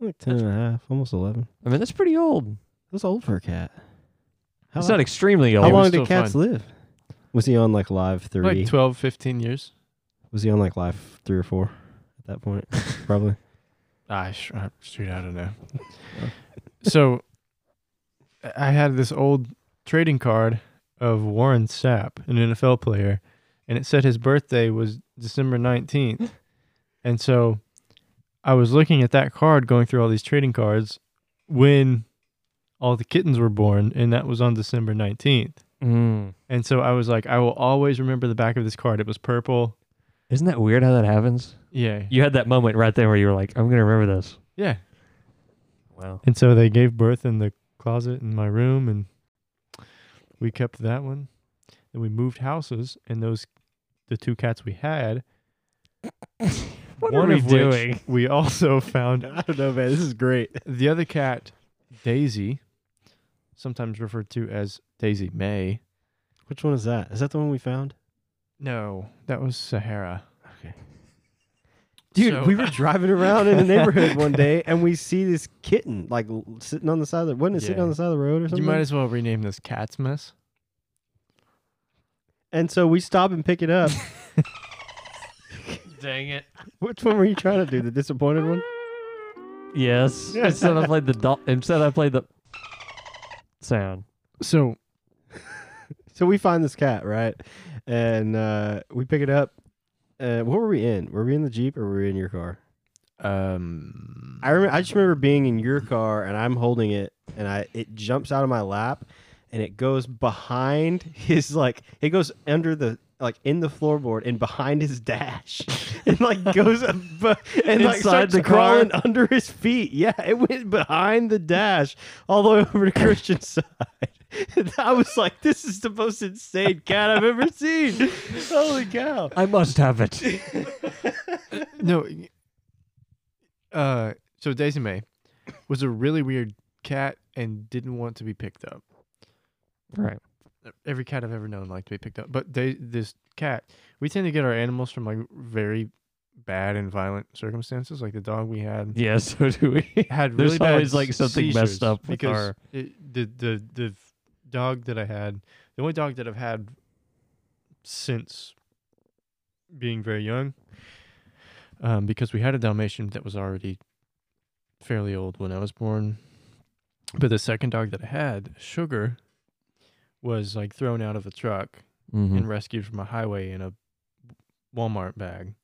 [SPEAKER 2] Like 10 and a half, almost 11.
[SPEAKER 3] I mean, that's pretty old.
[SPEAKER 2] That's old for a cat. How,
[SPEAKER 3] It's not extremely
[SPEAKER 2] how
[SPEAKER 1] it was
[SPEAKER 3] old.
[SPEAKER 2] long
[SPEAKER 1] still
[SPEAKER 2] did cats
[SPEAKER 1] fine.
[SPEAKER 2] live? Was he on like live three?
[SPEAKER 1] like 12, 15 years.
[SPEAKER 2] was he on like live three or four at that point? Probably.
[SPEAKER 1] Ah, I sh- I- shoot, I don't know. *laughs* so, I- I had this old trading card of Warren Sapp, an NFL player, and it said his birthday was December nineteenth, and so I was looking at that card, going through all these trading cards, when all the kittens were born, and that was on December nineteenth.
[SPEAKER 3] Mm.
[SPEAKER 1] And so I was like, I will always remember the back of this card. It was purple.
[SPEAKER 3] Isn't that weird how that happens?
[SPEAKER 1] Yeah,
[SPEAKER 3] You had that moment right there where you were like, I'm gonna remember this.
[SPEAKER 1] yeah.
[SPEAKER 3] Wow.
[SPEAKER 1] And so they gave birth in the closet in my room, and we kept that one. Then we moved houses, and those the two cats we *laughs* had.
[SPEAKER 3] What
[SPEAKER 1] one
[SPEAKER 3] are we
[SPEAKER 1] of which
[SPEAKER 3] doing?
[SPEAKER 1] we also *laughs* found
[SPEAKER 2] I don't know, man. This is great.
[SPEAKER 1] the other cat, Daisy, sometimes referred to as Daisy May.
[SPEAKER 2] Which one is that? Is that the one we found?
[SPEAKER 1] No, that was Sahara.
[SPEAKER 2] Dude,
[SPEAKER 1] So-
[SPEAKER 2] we were driving around in the neighborhood one day and we see this kitten like l- sitting on the side of the wasn't it sitting
[SPEAKER 1] Yeah.
[SPEAKER 2] on the side of the road or something?
[SPEAKER 1] *laughs* You might as well rename this cat's mess.
[SPEAKER 2] and so we stop and pick it up.
[SPEAKER 3] *laughs* Dang it.
[SPEAKER 2] Which one were you trying to do? The disappointed one?
[SPEAKER 3] Yes. *laughs* instead I played the dol- instead I played the sound.
[SPEAKER 1] So
[SPEAKER 2] so we find this cat, right? And uh, we pick it up. Uh, what were we in? Were we in the Jeep or were we in your car?
[SPEAKER 1] Um,
[SPEAKER 2] I remember, I just remember being in your car and I'm holding it and I it jumps out of my lap and it goes behind *laughs* his like it goes under the like in the floorboard and behind his dash *laughs* and like goes up *laughs* and like
[SPEAKER 3] Inside
[SPEAKER 2] starts
[SPEAKER 3] the car?
[SPEAKER 2] crawling under his feet. Yeah, it went behind the dash all the way over to Christian's *laughs* side. And I was like, this is the most insane cat I've ever seen. *laughs* Holy cow.
[SPEAKER 3] I must have it.
[SPEAKER 1] no. y- Uh, so Daisy May was a really weird cat and didn't want to be picked up.
[SPEAKER 3] right.
[SPEAKER 1] Every cat I've ever known liked to be picked up, but they, this cat, we tend to get our animals from like very bad and violent circumstances. Like the dog we had
[SPEAKER 3] Yeah, so do we.
[SPEAKER 1] had
[SPEAKER 3] There's
[SPEAKER 1] really bad
[SPEAKER 3] always, like, something messed
[SPEAKER 1] seizures
[SPEAKER 3] up with
[SPEAKER 1] because
[SPEAKER 3] our-
[SPEAKER 1] it- the the the f- dog that I had, the only dog that I've had since being very young, um, because we had a Dalmatian that was already fairly old when I was born, but the second dog that I had, Sugar, was like thrown out of a truck
[SPEAKER 3] Mm-hmm.
[SPEAKER 1] and rescued from a highway in a Walmart bag.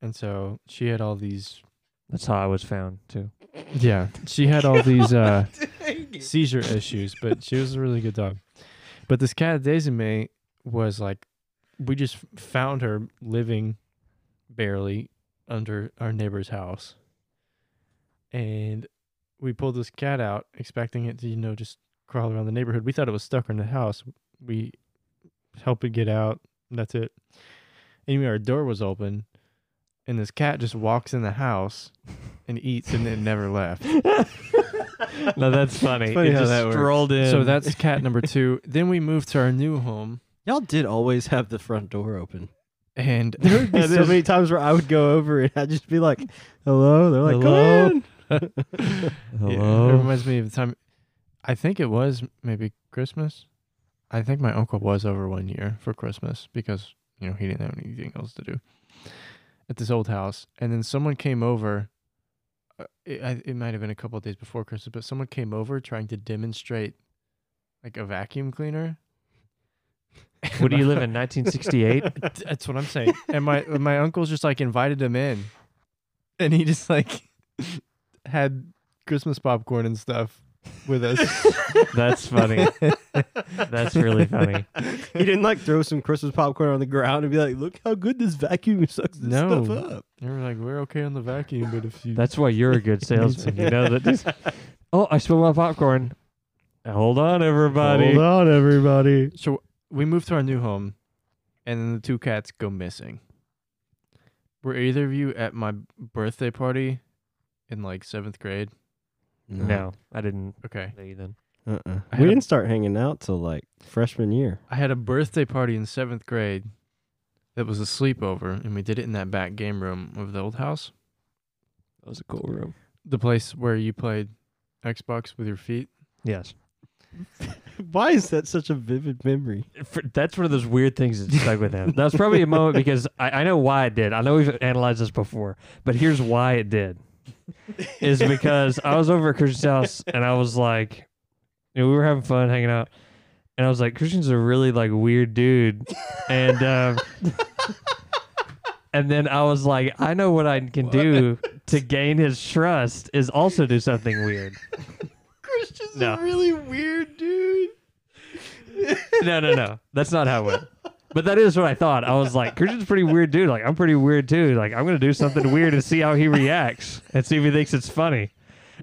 [SPEAKER 1] And so she had all these
[SPEAKER 3] That's how I was found too.
[SPEAKER 1] yeah, she had all these uh, *laughs* seizure issues, but she was a really good dog. But this cat Daisy May was like, we just f- found her living barely under our neighbor's house, and we pulled this cat out, expecting it to you know just crawl around the neighborhood. We thought it was stuck in the house. We helped it get out. And that's it. Anyway, our door was open, and this cat just walks in the house and eats, and it never left.
[SPEAKER 3] *laughs* No, that's funny.
[SPEAKER 2] funny
[SPEAKER 3] it
[SPEAKER 2] how
[SPEAKER 3] just
[SPEAKER 2] that works.
[SPEAKER 3] strolled in.
[SPEAKER 1] So
[SPEAKER 2] *laughs*
[SPEAKER 1] that's cat number two. then we moved to our new home,
[SPEAKER 2] Y'all did always have the front door open.
[SPEAKER 1] and
[SPEAKER 2] *laughs*
[SPEAKER 1] *laughs*
[SPEAKER 2] There would be so many times where I would go over and I'd just be like, "Hello," they're like,
[SPEAKER 3] Hello?
[SPEAKER 2] "Come in." *laughs*
[SPEAKER 1] Yeah, it
[SPEAKER 3] hello.
[SPEAKER 1] reminds me of the time. I think it was maybe Christmas. I think my uncle was over one year for Christmas because you know he didn't have anything else to do at this old house, and then someone came over. uh, It, I- it might have been a couple of days before Christmas, but someone came over trying to demonstrate like a vacuum cleaner.
[SPEAKER 3] What do you live in? *laughs* 1968.
[SPEAKER 1] D- That's what I'm saying. And my *laughs* my uncle's just like invited him in, and he just like *laughs* had Christmas popcorn and stuff with us.
[SPEAKER 3] *laughs* That's funny. That's really
[SPEAKER 2] *laughs*
[SPEAKER 3] funny.
[SPEAKER 2] He didn't like throw some Christmas popcorn on the ground and be like, "Look how good this vacuum sucks this
[SPEAKER 1] No.
[SPEAKER 2] stuff up."
[SPEAKER 1] and we're like, we're okay on the vacuum, but if you
[SPEAKER 3] That's why you're a good salesman. You know that.
[SPEAKER 2] *laughs*
[SPEAKER 3] This, *laughs* oh, I spilled my popcorn. Hold on, everybody.
[SPEAKER 2] Hold on, everybody.
[SPEAKER 1] so we move to our new home, and then the two cats go missing. Were either of you at my birthday party in like seventh grade?
[SPEAKER 3] No, I didn't.
[SPEAKER 1] Okay,
[SPEAKER 3] Either. Then
[SPEAKER 2] Uh-uh.
[SPEAKER 1] I had
[SPEAKER 2] we
[SPEAKER 1] a-
[SPEAKER 2] didn't start hanging out till like freshman year.
[SPEAKER 1] I had a birthday party in seventh grade that was a sleepover, and we did it in that back game room of the old house.
[SPEAKER 3] that was a cool room.
[SPEAKER 1] the place where you played Xbox with your feet.
[SPEAKER 3] Yes,
[SPEAKER 2] Why is that such a vivid memory?
[SPEAKER 3] For, that's one of those weird things that stuck with him. That was probably a moment because I, I know why it did. I know we've analyzed this before, but here's why it did. Is because I was over at Christian's house and I was like, you know, we were having fun hanging out, and I was like, Christian's a really like weird dude, and um, and then I was like, I know what I can do to gain his trust is also do something weird.
[SPEAKER 2] Christian's
[SPEAKER 3] a No.
[SPEAKER 2] really weird dude.
[SPEAKER 3] no, no, no. That's not how it went. But that is what I thought. I was like, Christian's a pretty weird dude. Like, I'm pretty weird too. Like, I'm gonna do something weird and see how he reacts and see if he thinks it's funny.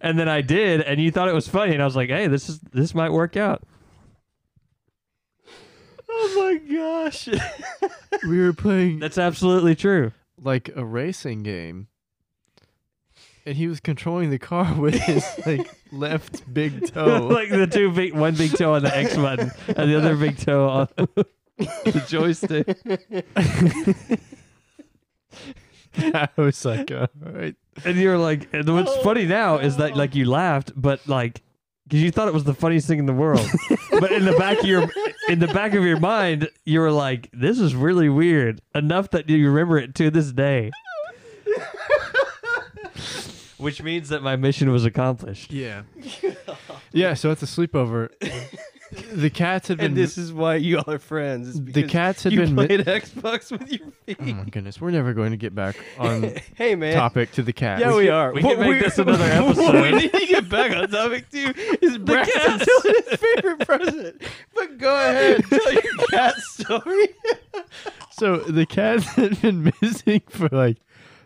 [SPEAKER 3] And then I did, and you thought it was funny, and I was like, hey, this is this might work out.
[SPEAKER 2] Oh my gosh.
[SPEAKER 1] we were playing
[SPEAKER 3] That's absolutely true.
[SPEAKER 1] like a racing game. And he was controlling the car *laughs* with his like left
[SPEAKER 3] *laughs*
[SPEAKER 1] big toe.
[SPEAKER 3] like the two big one big toe on the X button and the other big toe on *laughs* the joystick.
[SPEAKER 1] *laughs* I was like, all right.
[SPEAKER 3] And you're like, and what's
[SPEAKER 5] Oh,
[SPEAKER 3] funny now is that like you laughed, but like, because you thought it was the funniest thing in
[SPEAKER 5] *laughs*
[SPEAKER 3] the world, but in the back of your, in the back of your mind, you were like, this is really weird enough that you remember it to
[SPEAKER 5] *laughs*
[SPEAKER 3] this day. Which
[SPEAKER 5] *laughs*
[SPEAKER 3] means that my mission was accomplished.
[SPEAKER 1] Yeah. Yeah, so at the sleepover the cats had been.
[SPEAKER 5] and this is why you all are friends. It's
[SPEAKER 1] the
[SPEAKER 5] because
[SPEAKER 1] cats had
[SPEAKER 5] you
[SPEAKER 1] been. mi-
[SPEAKER 5] played Xbox with your feet.
[SPEAKER 2] *laughs*
[SPEAKER 1] oh my goodness, we're never going to get back
[SPEAKER 3] *laughs*
[SPEAKER 1] on
[SPEAKER 5] hey man.
[SPEAKER 1] topic to the cats.
[SPEAKER 5] Yeah, we, are.
[SPEAKER 3] we can
[SPEAKER 5] *laughs*
[SPEAKER 3] make this another
[SPEAKER 5] What we
[SPEAKER 3] episode.
[SPEAKER 5] need to get back on topic too is
[SPEAKER 3] *laughs*
[SPEAKER 5] Brad Dillon, his favorite president. But go ahead, tell your cat story.
[SPEAKER 1] *laughs* So the cats *laughs* had been missing for like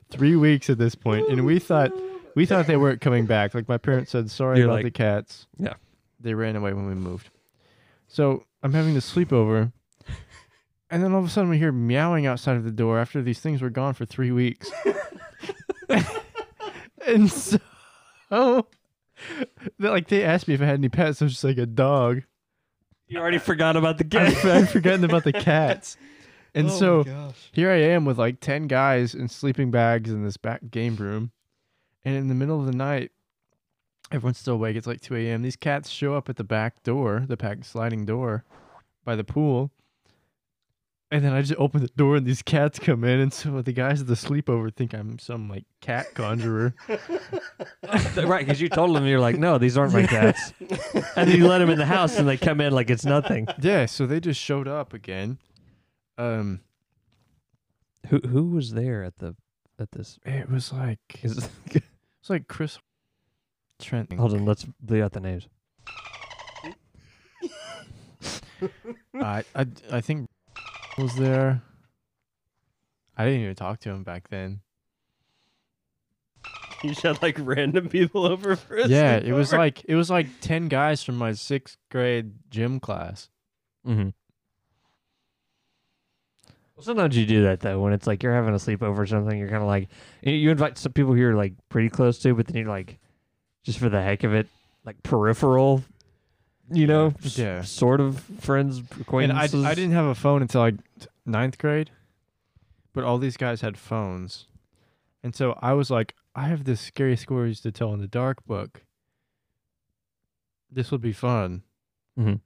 [SPEAKER 1] three weeks at this point, and
[SPEAKER 5] Oh,
[SPEAKER 1] we thought we thought they weren't coming back. Like my parents said, sorry
[SPEAKER 3] You're
[SPEAKER 1] about
[SPEAKER 3] like-
[SPEAKER 1] the cats.
[SPEAKER 3] Yeah.
[SPEAKER 1] they ran away when we moved. So I'm having this sleepover, and then all of a sudden we hear meowing outside of the door after these things were gone for three weeks. *laughs* and so, *laughs* they- like they asked me if I had any pets. I was just like a dog.
[SPEAKER 3] You already forgot about the
[SPEAKER 1] I-
[SPEAKER 3] game. *laughs*
[SPEAKER 1] I'd forgotten about the cats. And
[SPEAKER 2] Oh
[SPEAKER 1] so
[SPEAKER 5] Oh gosh.
[SPEAKER 1] here I am with like 10 guys in sleeping bags in this back game room. And in the middle of the night, everyone's still awake. It's like 2 a.m. These cats show up at the back door, the back sliding door by the pool. And then I just open the door and these cats come in. And so the guys at the sleepover think I'm some like cat conjurer.
[SPEAKER 3] *laughs* right, because you told them you're like, no, these aren't my cats, and then you let them in the house, and they come in like it's nothing.
[SPEAKER 1] yeah, so they just showed up again. Um,
[SPEAKER 3] Who who was there at the at this?
[SPEAKER 1] It was like, it's
[SPEAKER 3] Is,
[SPEAKER 1] like Chris Trent.
[SPEAKER 3] hold on, let's bleed out the *laughs* names.
[SPEAKER 5] *laughs*
[SPEAKER 1] I, I, I think was there. I didn't even talk to him back *laughs* then.
[SPEAKER 2] You just had like random people over for a
[SPEAKER 1] Yeah, it was
[SPEAKER 2] sleepover.
[SPEAKER 1] like it was like ten guys from my sixth grade gym class.
[SPEAKER 3] Mm-hmm. Well, sometimes you do that though when it's like you're having a sleepover or something. You're kind of like you- you invite some people who you're like pretty close to, but then you're like just for the heck of it, like peripheral, you know, s-
[SPEAKER 1] Yeah.
[SPEAKER 3] sort of friends
[SPEAKER 1] And I,
[SPEAKER 3] acquaintances.
[SPEAKER 1] I didn't have a phone until like t- ninth grade, but all these guys had phones, and so I was like, I have this scary stories to tell in the dark book. This would be fun.
[SPEAKER 3] Mhm.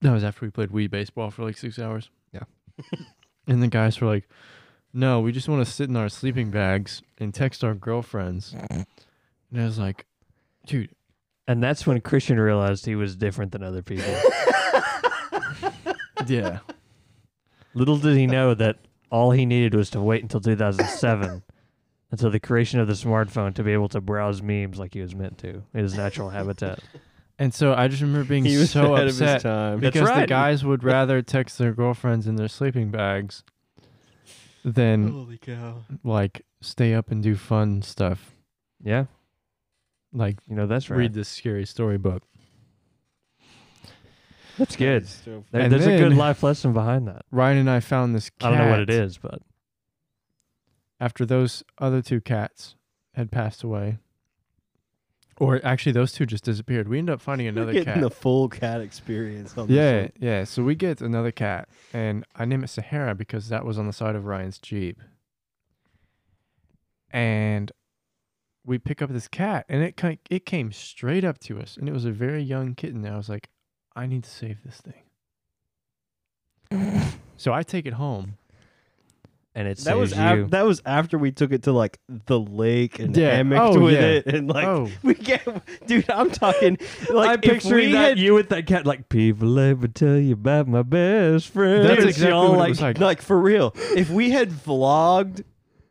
[SPEAKER 1] That was after we played Wii baseball for like six hours.
[SPEAKER 3] Yeah.
[SPEAKER 1] *laughs* and the guys were like, "No, we just want to sit in our sleeping bags and text our girlfriends."
[SPEAKER 3] Mm-hmm.
[SPEAKER 1] and I was like, "Dude,
[SPEAKER 3] And that's when Christian realized he was different than other people.
[SPEAKER 1] yeah,
[SPEAKER 3] Little did he know that all he needed was to wait until 2007, *laughs* until the creation of the smartphone, to be able to browse memes like he was meant to in his natural habitat.
[SPEAKER 1] And so I just remember
[SPEAKER 3] *laughs*
[SPEAKER 1] being
[SPEAKER 2] he was
[SPEAKER 1] so
[SPEAKER 2] ahead
[SPEAKER 1] upset.
[SPEAKER 2] of his time.
[SPEAKER 3] That's
[SPEAKER 1] because the
[SPEAKER 3] right.
[SPEAKER 1] guys would rather text their girlfriends in their sleeping bags than
[SPEAKER 5] Holy cow.
[SPEAKER 1] like stay up and do fun stuff
[SPEAKER 3] Yeah,
[SPEAKER 1] like
[SPEAKER 3] you know that's right.
[SPEAKER 1] read this scary storybook
[SPEAKER 3] That's good.
[SPEAKER 2] So
[SPEAKER 3] There-
[SPEAKER 1] And
[SPEAKER 3] there's a good
[SPEAKER 1] then-
[SPEAKER 3] life lesson behind that.
[SPEAKER 1] ryan and i found this cat
[SPEAKER 3] I don't know what it is, but
[SPEAKER 1] after those other two cats had passed away or actually those two just disappeared we ended up finding
[SPEAKER 2] *laughs* We're
[SPEAKER 1] another
[SPEAKER 2] getting
[SPEAKER 1] cat
[SPEAKER 2] the full cat experience. On
[SPEAKER 1] yeah
[SPEAKER 2] This
[SPEAKER 1] yeah so we get another cat and i name it sahara because that was on the side of ryan's jeep and we pick up this cat and it ki- it came straight up to us and it was a very young kitten and i was like i need to save this
[SPEAKER 2] *laughs*
[SPEAKER 1] thing so i take it home
[SPEAKER 3] and it
[SPEAKER 2] one. that was
[SPEAKER 3] saves
[SPEAKER 2] af-
[SPEAKER 3] you.
[SPEAKER 2] that was after we took it to like the lake and
[SPEAKER 1] Yeah.
[SPEAKER 2] hammocked
[SPEAKER 1] Oh,
[SPEAKER 2] with
[SPEAKER 1] yeah.
[SPEAKER 2] it and like
[SPEAKER 1] oh
[SPEAKER 2] we get dude.
[SPEAKER 1] *laughs*
[SPEAKER 2] I'm talking like
[SPEAKER 3] I'm
[SPEAKER 2] if we
[SPEAKER 3] picturing that
[SPEAKER 2] had
[SPEAKER 3] you with that cat, like people let me tell you about my best friend.
[SPEAKER 1] that's
[SPEAKER 3] It's
[SPEAKER 1] exactly
[SPEAKER 3] y'all
[SPEAKER 1] what
[SPEAKER 3] like,
[SPEAKER 1] it was like
[SPEAKER 2] like for real. If we had vlogged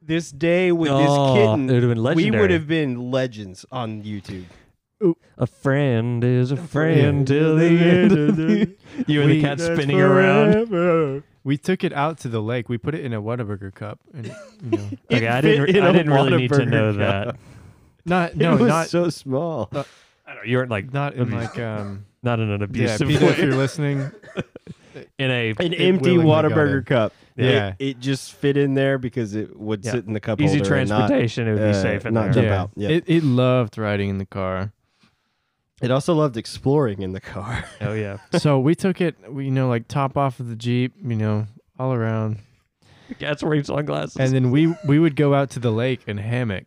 [SPEAKER 2] this day with
[SPEAKER 3] Oh, it
[SPEAKER 2] this kitten,
[SPEAKER 3] would have been
[SPEAKER 2] we
[SPEAKER 3] legendary.
[SPEAKER 2] would have been legends
[SPEAKER 1] *laughs*
[SPEAKER 2] on YouTube.
[SPEAKER 3] A friend is a friend till the end. Of the... You and the
[SPEAKER 1] We-
[SPEAKER 3] cat spinning around.
[SPEAKER 1] we took it out to the lake we put it in a Whataburger cup and you
[SPEAKER 2] *laughs*
[SPEAKER 1] know
[SPEAKER 2] It
[SPEAKER 3] Okay, I
[SPEAKER 2] fit
[SPEAKER 3] didn't. re-
[SPEAKER 2] in
[SPEAKER 3] I
[SPEAKER 2] a
[SPEAKER 3] didn't really need to
[SPEAKER 2] Whataburger
[SPEAKER 3] know
[SPEAKER 2] cup.
[SPEAKER 3] that.
[SPEAKER 1] not
[SPEAKER 2] No,
[SPEAKER 1] no
[SPEAKER 2] it was
[SPEAKER 1] not
[SPEAKER 2] so small.
[SPEAKER 3] I don't, you weren't like
[SPEAKER 1] not in
[SPEAKER 3] abuse-
[SPEAKER 1] like
[SPEAKER 2] *laughs*
[SPEAKER 1] um
[SPEAKER 3] not in an
[SPEAKER 1] yeah,
[SPEAKER 3] abusive
[SPEAKER 1] Peter, if
[SPEAKER 3] way.
[SPEAKER 1] you're listening
[SPEAKER 3] In a
[SPEAKER 2] An
[SPEAKER 1] It willingly
[SPEAKER 2] empty
[SPEAKER 1] got
[SPEAKER 2] Whataburger
[SPEAKER 1] in.
[SPEAKER 2] cup.
[SPEAKER 1] Yeah.
[SPEAKER 2] It, it just fit in there because it would
[SPEAKER 3] Yeah.
[SPEAKER 2] sit in the cup
[SPEAKER 3] easy
[SPEAKER 2] holder and not-
[SPEAKER 3] transportation, it would
[SPEAKER 2] uh,
[SPEAKER 3] be safe in there.
[SPEAKER 2] not jump out. Yeah.
[SPEAKER 1] It, it loved riding in the car.
[SPEAKER 2] It also loved exploring in the car. *laughs*
[SPEAKER 3] Oh yeah,
[SPEAKER 1] so we took it, we, you know, like top off of the Jeep, you know, all around.
[SPEAKER 3] cats wearing sunglasses.
[SPEAKER 1] And then we we would go out to the lake and hammock.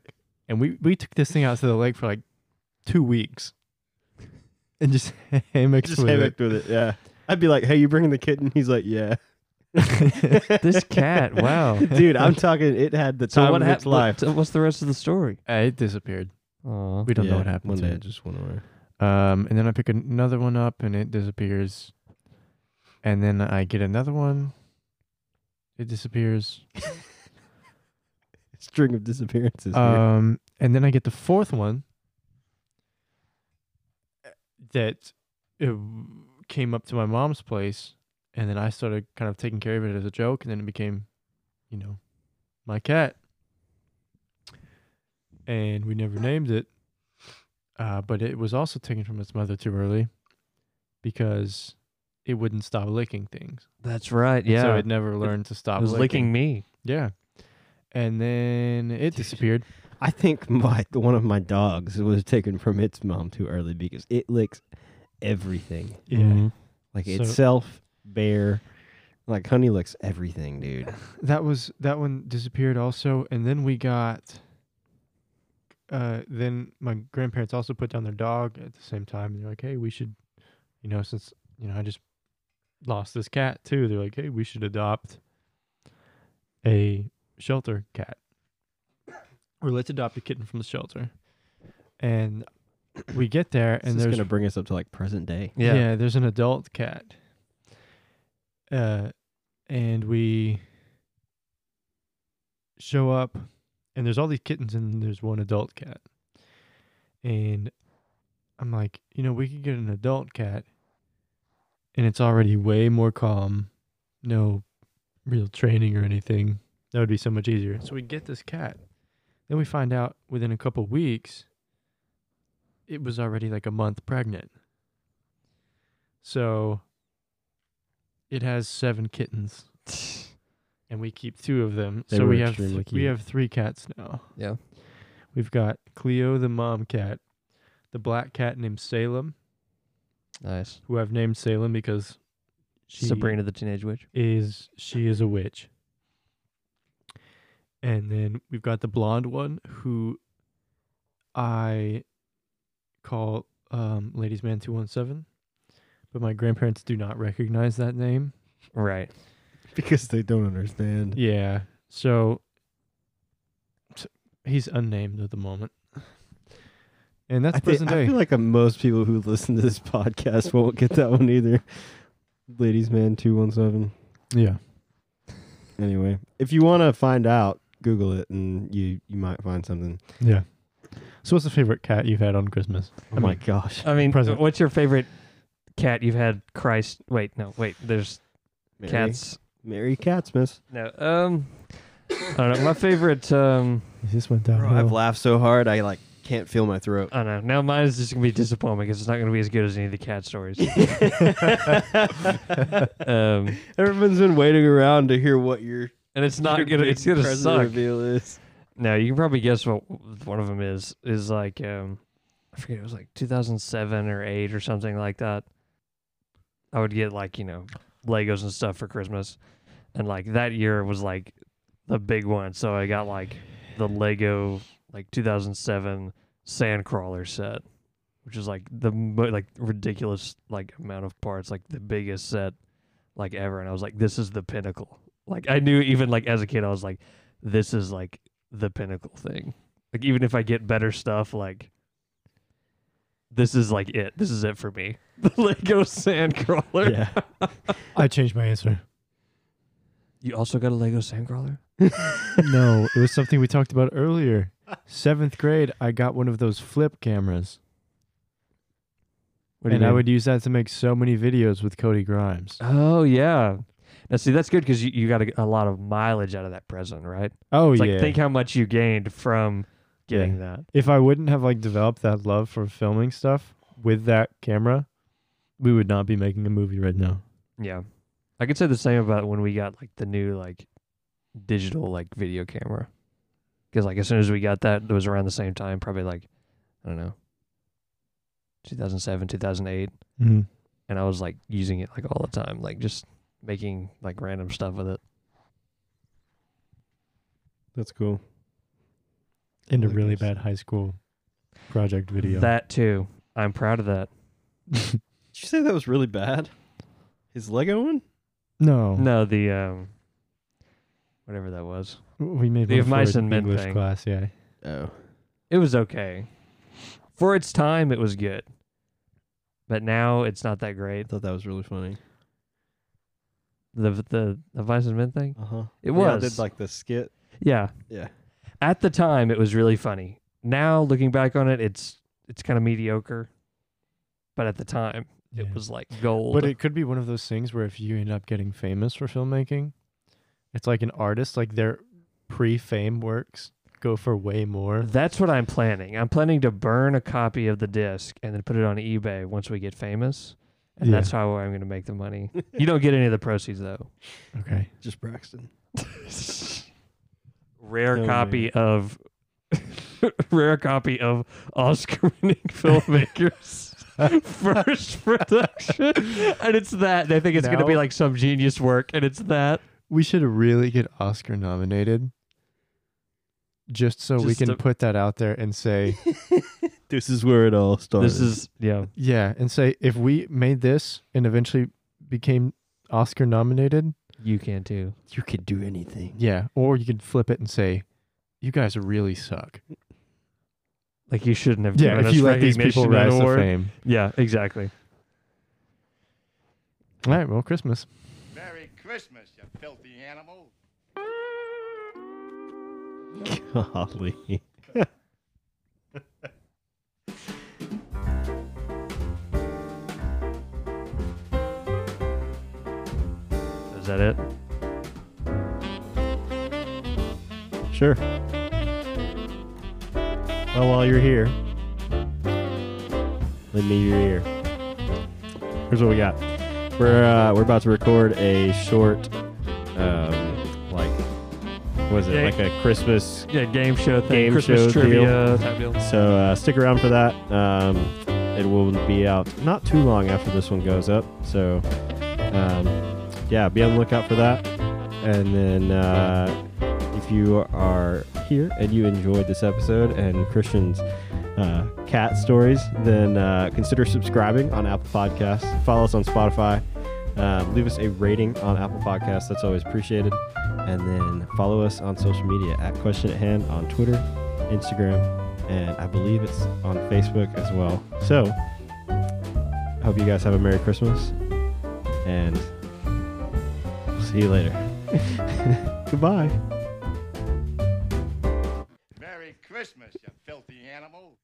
[SPEAKER 1] And we, we took this thing out to the lake for like two weeks and just *laughs* hammocks
[SPEAKER 2] Just
[SPEAKER 1] with
[SPEAKER 2] hammocked with it. Yeah. I'd be like, "Hey, you bringing the kitten?" He's like,
[SPEAKER 1] *laughs*
[SPEAKER 2] "Yeah."
[SPEAKER 3] this
[SPEAKER 2] *laughs*
[SPEAKER 3] cat, wow.
[SPEAKER 2] Dude, I'm talking. It had the time of its
[SPEAKER 3] hap- what-
[SPEAKER 2] life.
[SPEAKER 3] what's the rest of the story?
[SPEAKER 1] it. Uh, it disappeared.
[SPEAKER 3] Aw.
[SPEAKER 1] We don't know
[SPEAKER 2] Yeah,
[SPEAKER 1] what happened
[SPEAKER 2] One
[SPEAKER 1] to
[SPEAKER 2] day it
[SPEAKER 1] it.
[SPEAKER 2] just went away.
[SPEAKER 1] Um, and then I pick another one up and it disappears. And then I get another one. It disappears.
[SPEAKER 2] String of disappearances. here.
[SPEAKER 1] Um, and then I get the fourth one uh, that it w- came up to my mom's place, and then I started kind of taking care of it as a joke, and then it became, you know, my cat, and we never named it. Uh, but it was also taken from its mother too early because it wouldn't stop licking things.
[SPEAKER 3] That's right. Yeah.
[SPEAKER 1] So it
[SPEAKER 3] it,
[SPEAKER 1] never learned to stop
[SPEAKER 3] was licking me.
[SPEAKER 1] Yeah. And then it disappeared.
[SPEAKER 2] I think my one of my dogs was taken from its mom too early because it licks everything,
[SPEAKER 1] Yeah.
[SPEAKER 3] Mm-hmm.
[SPEAKER 2] like
[SPEAKER 1] So-
[SPEAKER 2] itself, bear, like honey licks everything, dude.
[SPEAKER 1] That was that one disappeared also, and then we got. Uh, then my grandparents also put down their dog at the same time, and they're like, "Hey, we should, you know, since you know I just lost this cat too, they're like, hey, we should adopt a shelter cat, or let's adopt a kitten from the shelter." And we get there,
[SPEAKER 2] And
[SPEAKER 1] and
[SPEAKER 2] this is
[SPEAKER 1] there's
[SPEAKER 2] gonna bring us up to like present day.
[SPEAKER 1] yeah. there's an adult cat. Uh, and we show up, and there's all these kittens, and there's one adult cat. And I'm like, you know, we could get an adult cat, and it's already way more calm, no real training or anything. That would be so much easier. So we get this cat. Then we find out within a couple weeks, it was already like a month pregnant. So it has seven kittens, and we keep two of them.
[SPEAKER 2] They
[SPEAKER 1] so
[SPEAKER 2] were
[SPEAKER 1] we have
[SPEAKER 2] extremely
[SPEAKER 1] we
[SPEAKER 2] cute.
[SPEAKER 1] have three cats now.
[SPEAKER 3] Yeah.
[SPEAKER 1] we've got Cleo the mom cat, the black cat named Salem,
[SPEAKER 3] Nice.
[SPEAKER 1] who I've named Salem because she
[SPEAKER 3] Sabrina the Teenage Witch.
[SPEAKER 1] is she is a witch. And then we've got the blonde one who I call um, Ladies Man 217, but my grandparents do not recognize that name.
[SPEAKER 3] Right.
[SPEAKER 2] *laughs* because they don't understand.
[SPEAKER 1] Yeah. So, s- he's unnamed at the moment. And that's
[SPEAKER 2] I, thi-
[SPEAKER 1] present
[SPEAKER 2] I
[SPEAKER 1] day.
[SPEAKER 2] feel like uh, most people who listen to this *laughs* podcast won't get that one either. Ladies man 217.
[SPEAKER 1] yeah.
[SPEAKER 2] Anyway, if you want to find out, Google it and you you might find something.
[SPEAKER 1] Yeah. So, what's the favorite cat you've had on Christmas?
[SPEAKER 2] Oh
[SPEAKER 1] I
[SPEAKER 2] my
[SPEAKER 1] mean,
[SPEAKER 2] *laughs* gosh.
[SPEAKER 3] I mean,
[SPEAKER 1] Present.
[SPEAKER 3] what's your favorite cat you've had? Christ. Wait, no, wait. There's
[SPEAKER 2] Merry-
[SPEAKER 3] cats.
[SPEAKER 2] Merry Catsmas.
[SPEAKER 3] No. Um, I don't know. My favorite. Um,
[SPEAKER 1] This went down.
[SPEAKER 2] I've laughed so hard I like can't feel my *laughs* throat.
[SPEAKER 3] I don't know. Now mine is just gonna be disappointing because it's not gonna be as good as any of the cat
[SPEAKER 2] *laughs*
[SPEAKER 3] stories. um,
[SPEAKER 2] Everyone's been waiting around to hear what your
[SPEAKER 3] and it's *laughs*
[SPEAKER 2] your
[SPEAKER 3] not gonna.
[SPEAKER 2] big
[SPEAKER 3] It's gonna
[SPEAKER 2] present
[SPEAKER 3] suck.
[SPEAKER 2] reveal is.
[SPEAKER 3] No, you can probably guess what one of them is. Is like um, I forget. It was like 2007 or eight or something like that. I would get like you know Legos and stuff for Christmas, and like that year was like the big one. So I got like the Lego like 2007 Sandcrawler set, which is like the mo- like ridiculous like amount of parts, like the biggest set like ever. And I was like, this is the pinnacle. Like I knew even like as a kid, I was like, this is like the pinnacle thing. Like even if I get better stuff, like this is like it. This is it for me. *laughs* The Lego Sandcrawler.
[SPEAKER 2] Yeah.
[SPEAKER 1] *laughs* I changed my answer.
[SPEAKER 3] You also got a Lego Sandcrawler?
[SPEAKER 1] no, it was something we talked about earlier. Seventh grade, I got one of those flip cameras,
[SPEAKER 3] What do you
[SPEAKER 1] and I
[SPEAKER 3] mean?
[SPEAKER 1] would use that to make so many videos with Cody Grimes.
[SPEAKER 3] Oh yeah. Now see, that's good because you, you got a, a lot of mileage out of that present, right?
[SPEAKER 1] Oh
[SPEAKER 3] It's
[SPEAKER 1] yeah!
[SPEAKER 3] like think how much you gained from getting that.
[SPEAKER 1] if I wouldn't have like developed that love for filming stuff with that camera, we would not be making a movie right now.
[SPEAKER 3] Yeah. I could say the same about when we got like the new like digital like video camera. Because like as soon as we got that, it was around the same time, probably like I don't know, 2007, 2008,
[SPEAKER 1] Mm-hmm.
[SPEAKER 3] and I was like using it like all the time, like just making like random stuff with it.
[SPEAKER 2] That's cool.
[SPEAKER 1] In a
[SPEAKER 2] Like
[SPEAKER 1] really
[SPEAKER 2] this.
[SPEAKER 1] bad high school project video.
[SPEAKER 3] That too, I'm proud of that.
[SPEAKER 2] Did you say that was really bad? His Lego one?
[SPEAKER 1] no,
[SPEAKER 3] No, the um, whatever that was,
[SPEAKER 1] W- we made
[SPEAKER 3] The
[SPEAKER 1] one
[SPEAKER 3] Of
[SPEAKER 1] for
[SPEAKER 3] Mice
[SPEAKER 1] an
[SPEAKER 3] and Men
[SPEAKER 1] English
[SPEAKER 3] thing.
[SPEAKER 1] class. Yeah,
[SPEAKER 2] Oh.
[SPEAKER 3] it was okay. For its time, it was good. but now it's not that great.
[SPEAKER 2] I thought that was really funny.
[SPEAKER 3] The the the Vice and Men thing.
[SPEAKER 2] Uh huh.
[SPEAKER 3] It
[SPEAKER 2] I
[SPEAKER 3] was
[SPEAKER 2] did like the skit.
[SPEAKER 3] yeah.
[SPEAKER 2] Yeah.
[SPEAKER 3] At the time, it was really funny. Now looking back on it, it's it's kind of mediocre, but at the time,
[SPEAKER 1] Yeah.
[SPEAKER 3] it was like gold.
[SPEAKER 1] But it could be one of those things where if you end up getting famous for filmmaking, it's like an artist, like their pre fame works go for way more.
[SPEAKER 3] That's what I'm planning. I'm planning to burn a copy of the disc and then put it on eBay once we get famous. And
[SPEAKER 1] Yeah.
[SPEAKER 3] that's how I'm going to make the money. you don't get any of the proceeds though. *laughs*
[SPEAKER 1] Okay.
[SPEAKER 2] *laughs* Just Braxton.
[SPEAKER 3] Rare
[SPEAKER 2] No
[SPEAKER 3] copy of *laughs* rare copy of Oscar *laughs* winning filmmakers. First production, and it's that. They think it's going to be
[SPEAKER 1] Now-
[SPEAKER 3] like some genius work, and it's that.
[SPEAKER 1] We should really get Oscar nominated just so we
[SPEAKER 3] Just
[SPEAKER 1] can
[SPEAKER 3] to-
[SPEAKER 1] put that out there and
[SPEAKER 3] *laughs*
[SPEAKER 1] say,
[SPEAKER 2] This is where it all
[SPEAKER 1] Oh,
[SPEAKER 2] started.
[SPEAKER 3] This is yeah.
[SPEAKER 1] yeah, and say, if we made this and eventually became Oscar nominated,
[SPEAKER 3] You can too.
[SPEAKER 2] you could do anything.
[SPEAKER 1] yeah, or you could flip it and say, you guys really suck.
[SPEAKER 3] Like you shouldn't have.
[SPEAKER 1] Yeah,
[SPEAKER 3] given
[SPEAKER 1] if
[SPEAKER 3] us
[SPEAKER 1] you let these people
[SPEAKER 3] recognition and
[SPEAKER 1] rise to
[SPEAKER 3] award.
[SPEAKER 1] fame.
[SPEAKER 3] Yeah, exactly.
[SPEAKER 1] All right, well, Christmas.
[SPEAKER 4] Merry Christmas, you filthy animal.
[SPEAKER 2] *laughs* Golly.
[SPEAKER 3] Is that it?
[SPEAKER 2] Sure. Well, while you're here, lend me your ear. Here's what we got. We're uh, we're about to record a short, um, like, what is it?
[SPEAKER 3] Yeah.
[SPEAKER 2] Like a Christmas.
[SPEAKER 3] Yeah, game show thing,
[SPEAKER 2] Game
[SPEAKER 3] Christmas
[SPEAKER 2] show
[SPEAKER 3] trivia type deal.
[SPEAKER 2] So uh, stick around for that. Um, it will be out not too long after this one goes up. So, um, yeah, be on the lookout for that. And then uh, if you are here and you enjoyed this episode and Christian's uh, cat stories, then uh, consider subscribing on Apple Podcasts. Follow us on Spotify. Um, leave us a rating on Apple Podcasts. That's always appreciated. And then follow us on social media at Question at Hand on Twitter, Instagram, and I believe it's on Facebook as well. So, hope you guys have a Merry Christmas and see you later. Goodbye.
[SPEAKER 4] Merry Christmas, you filthy animal.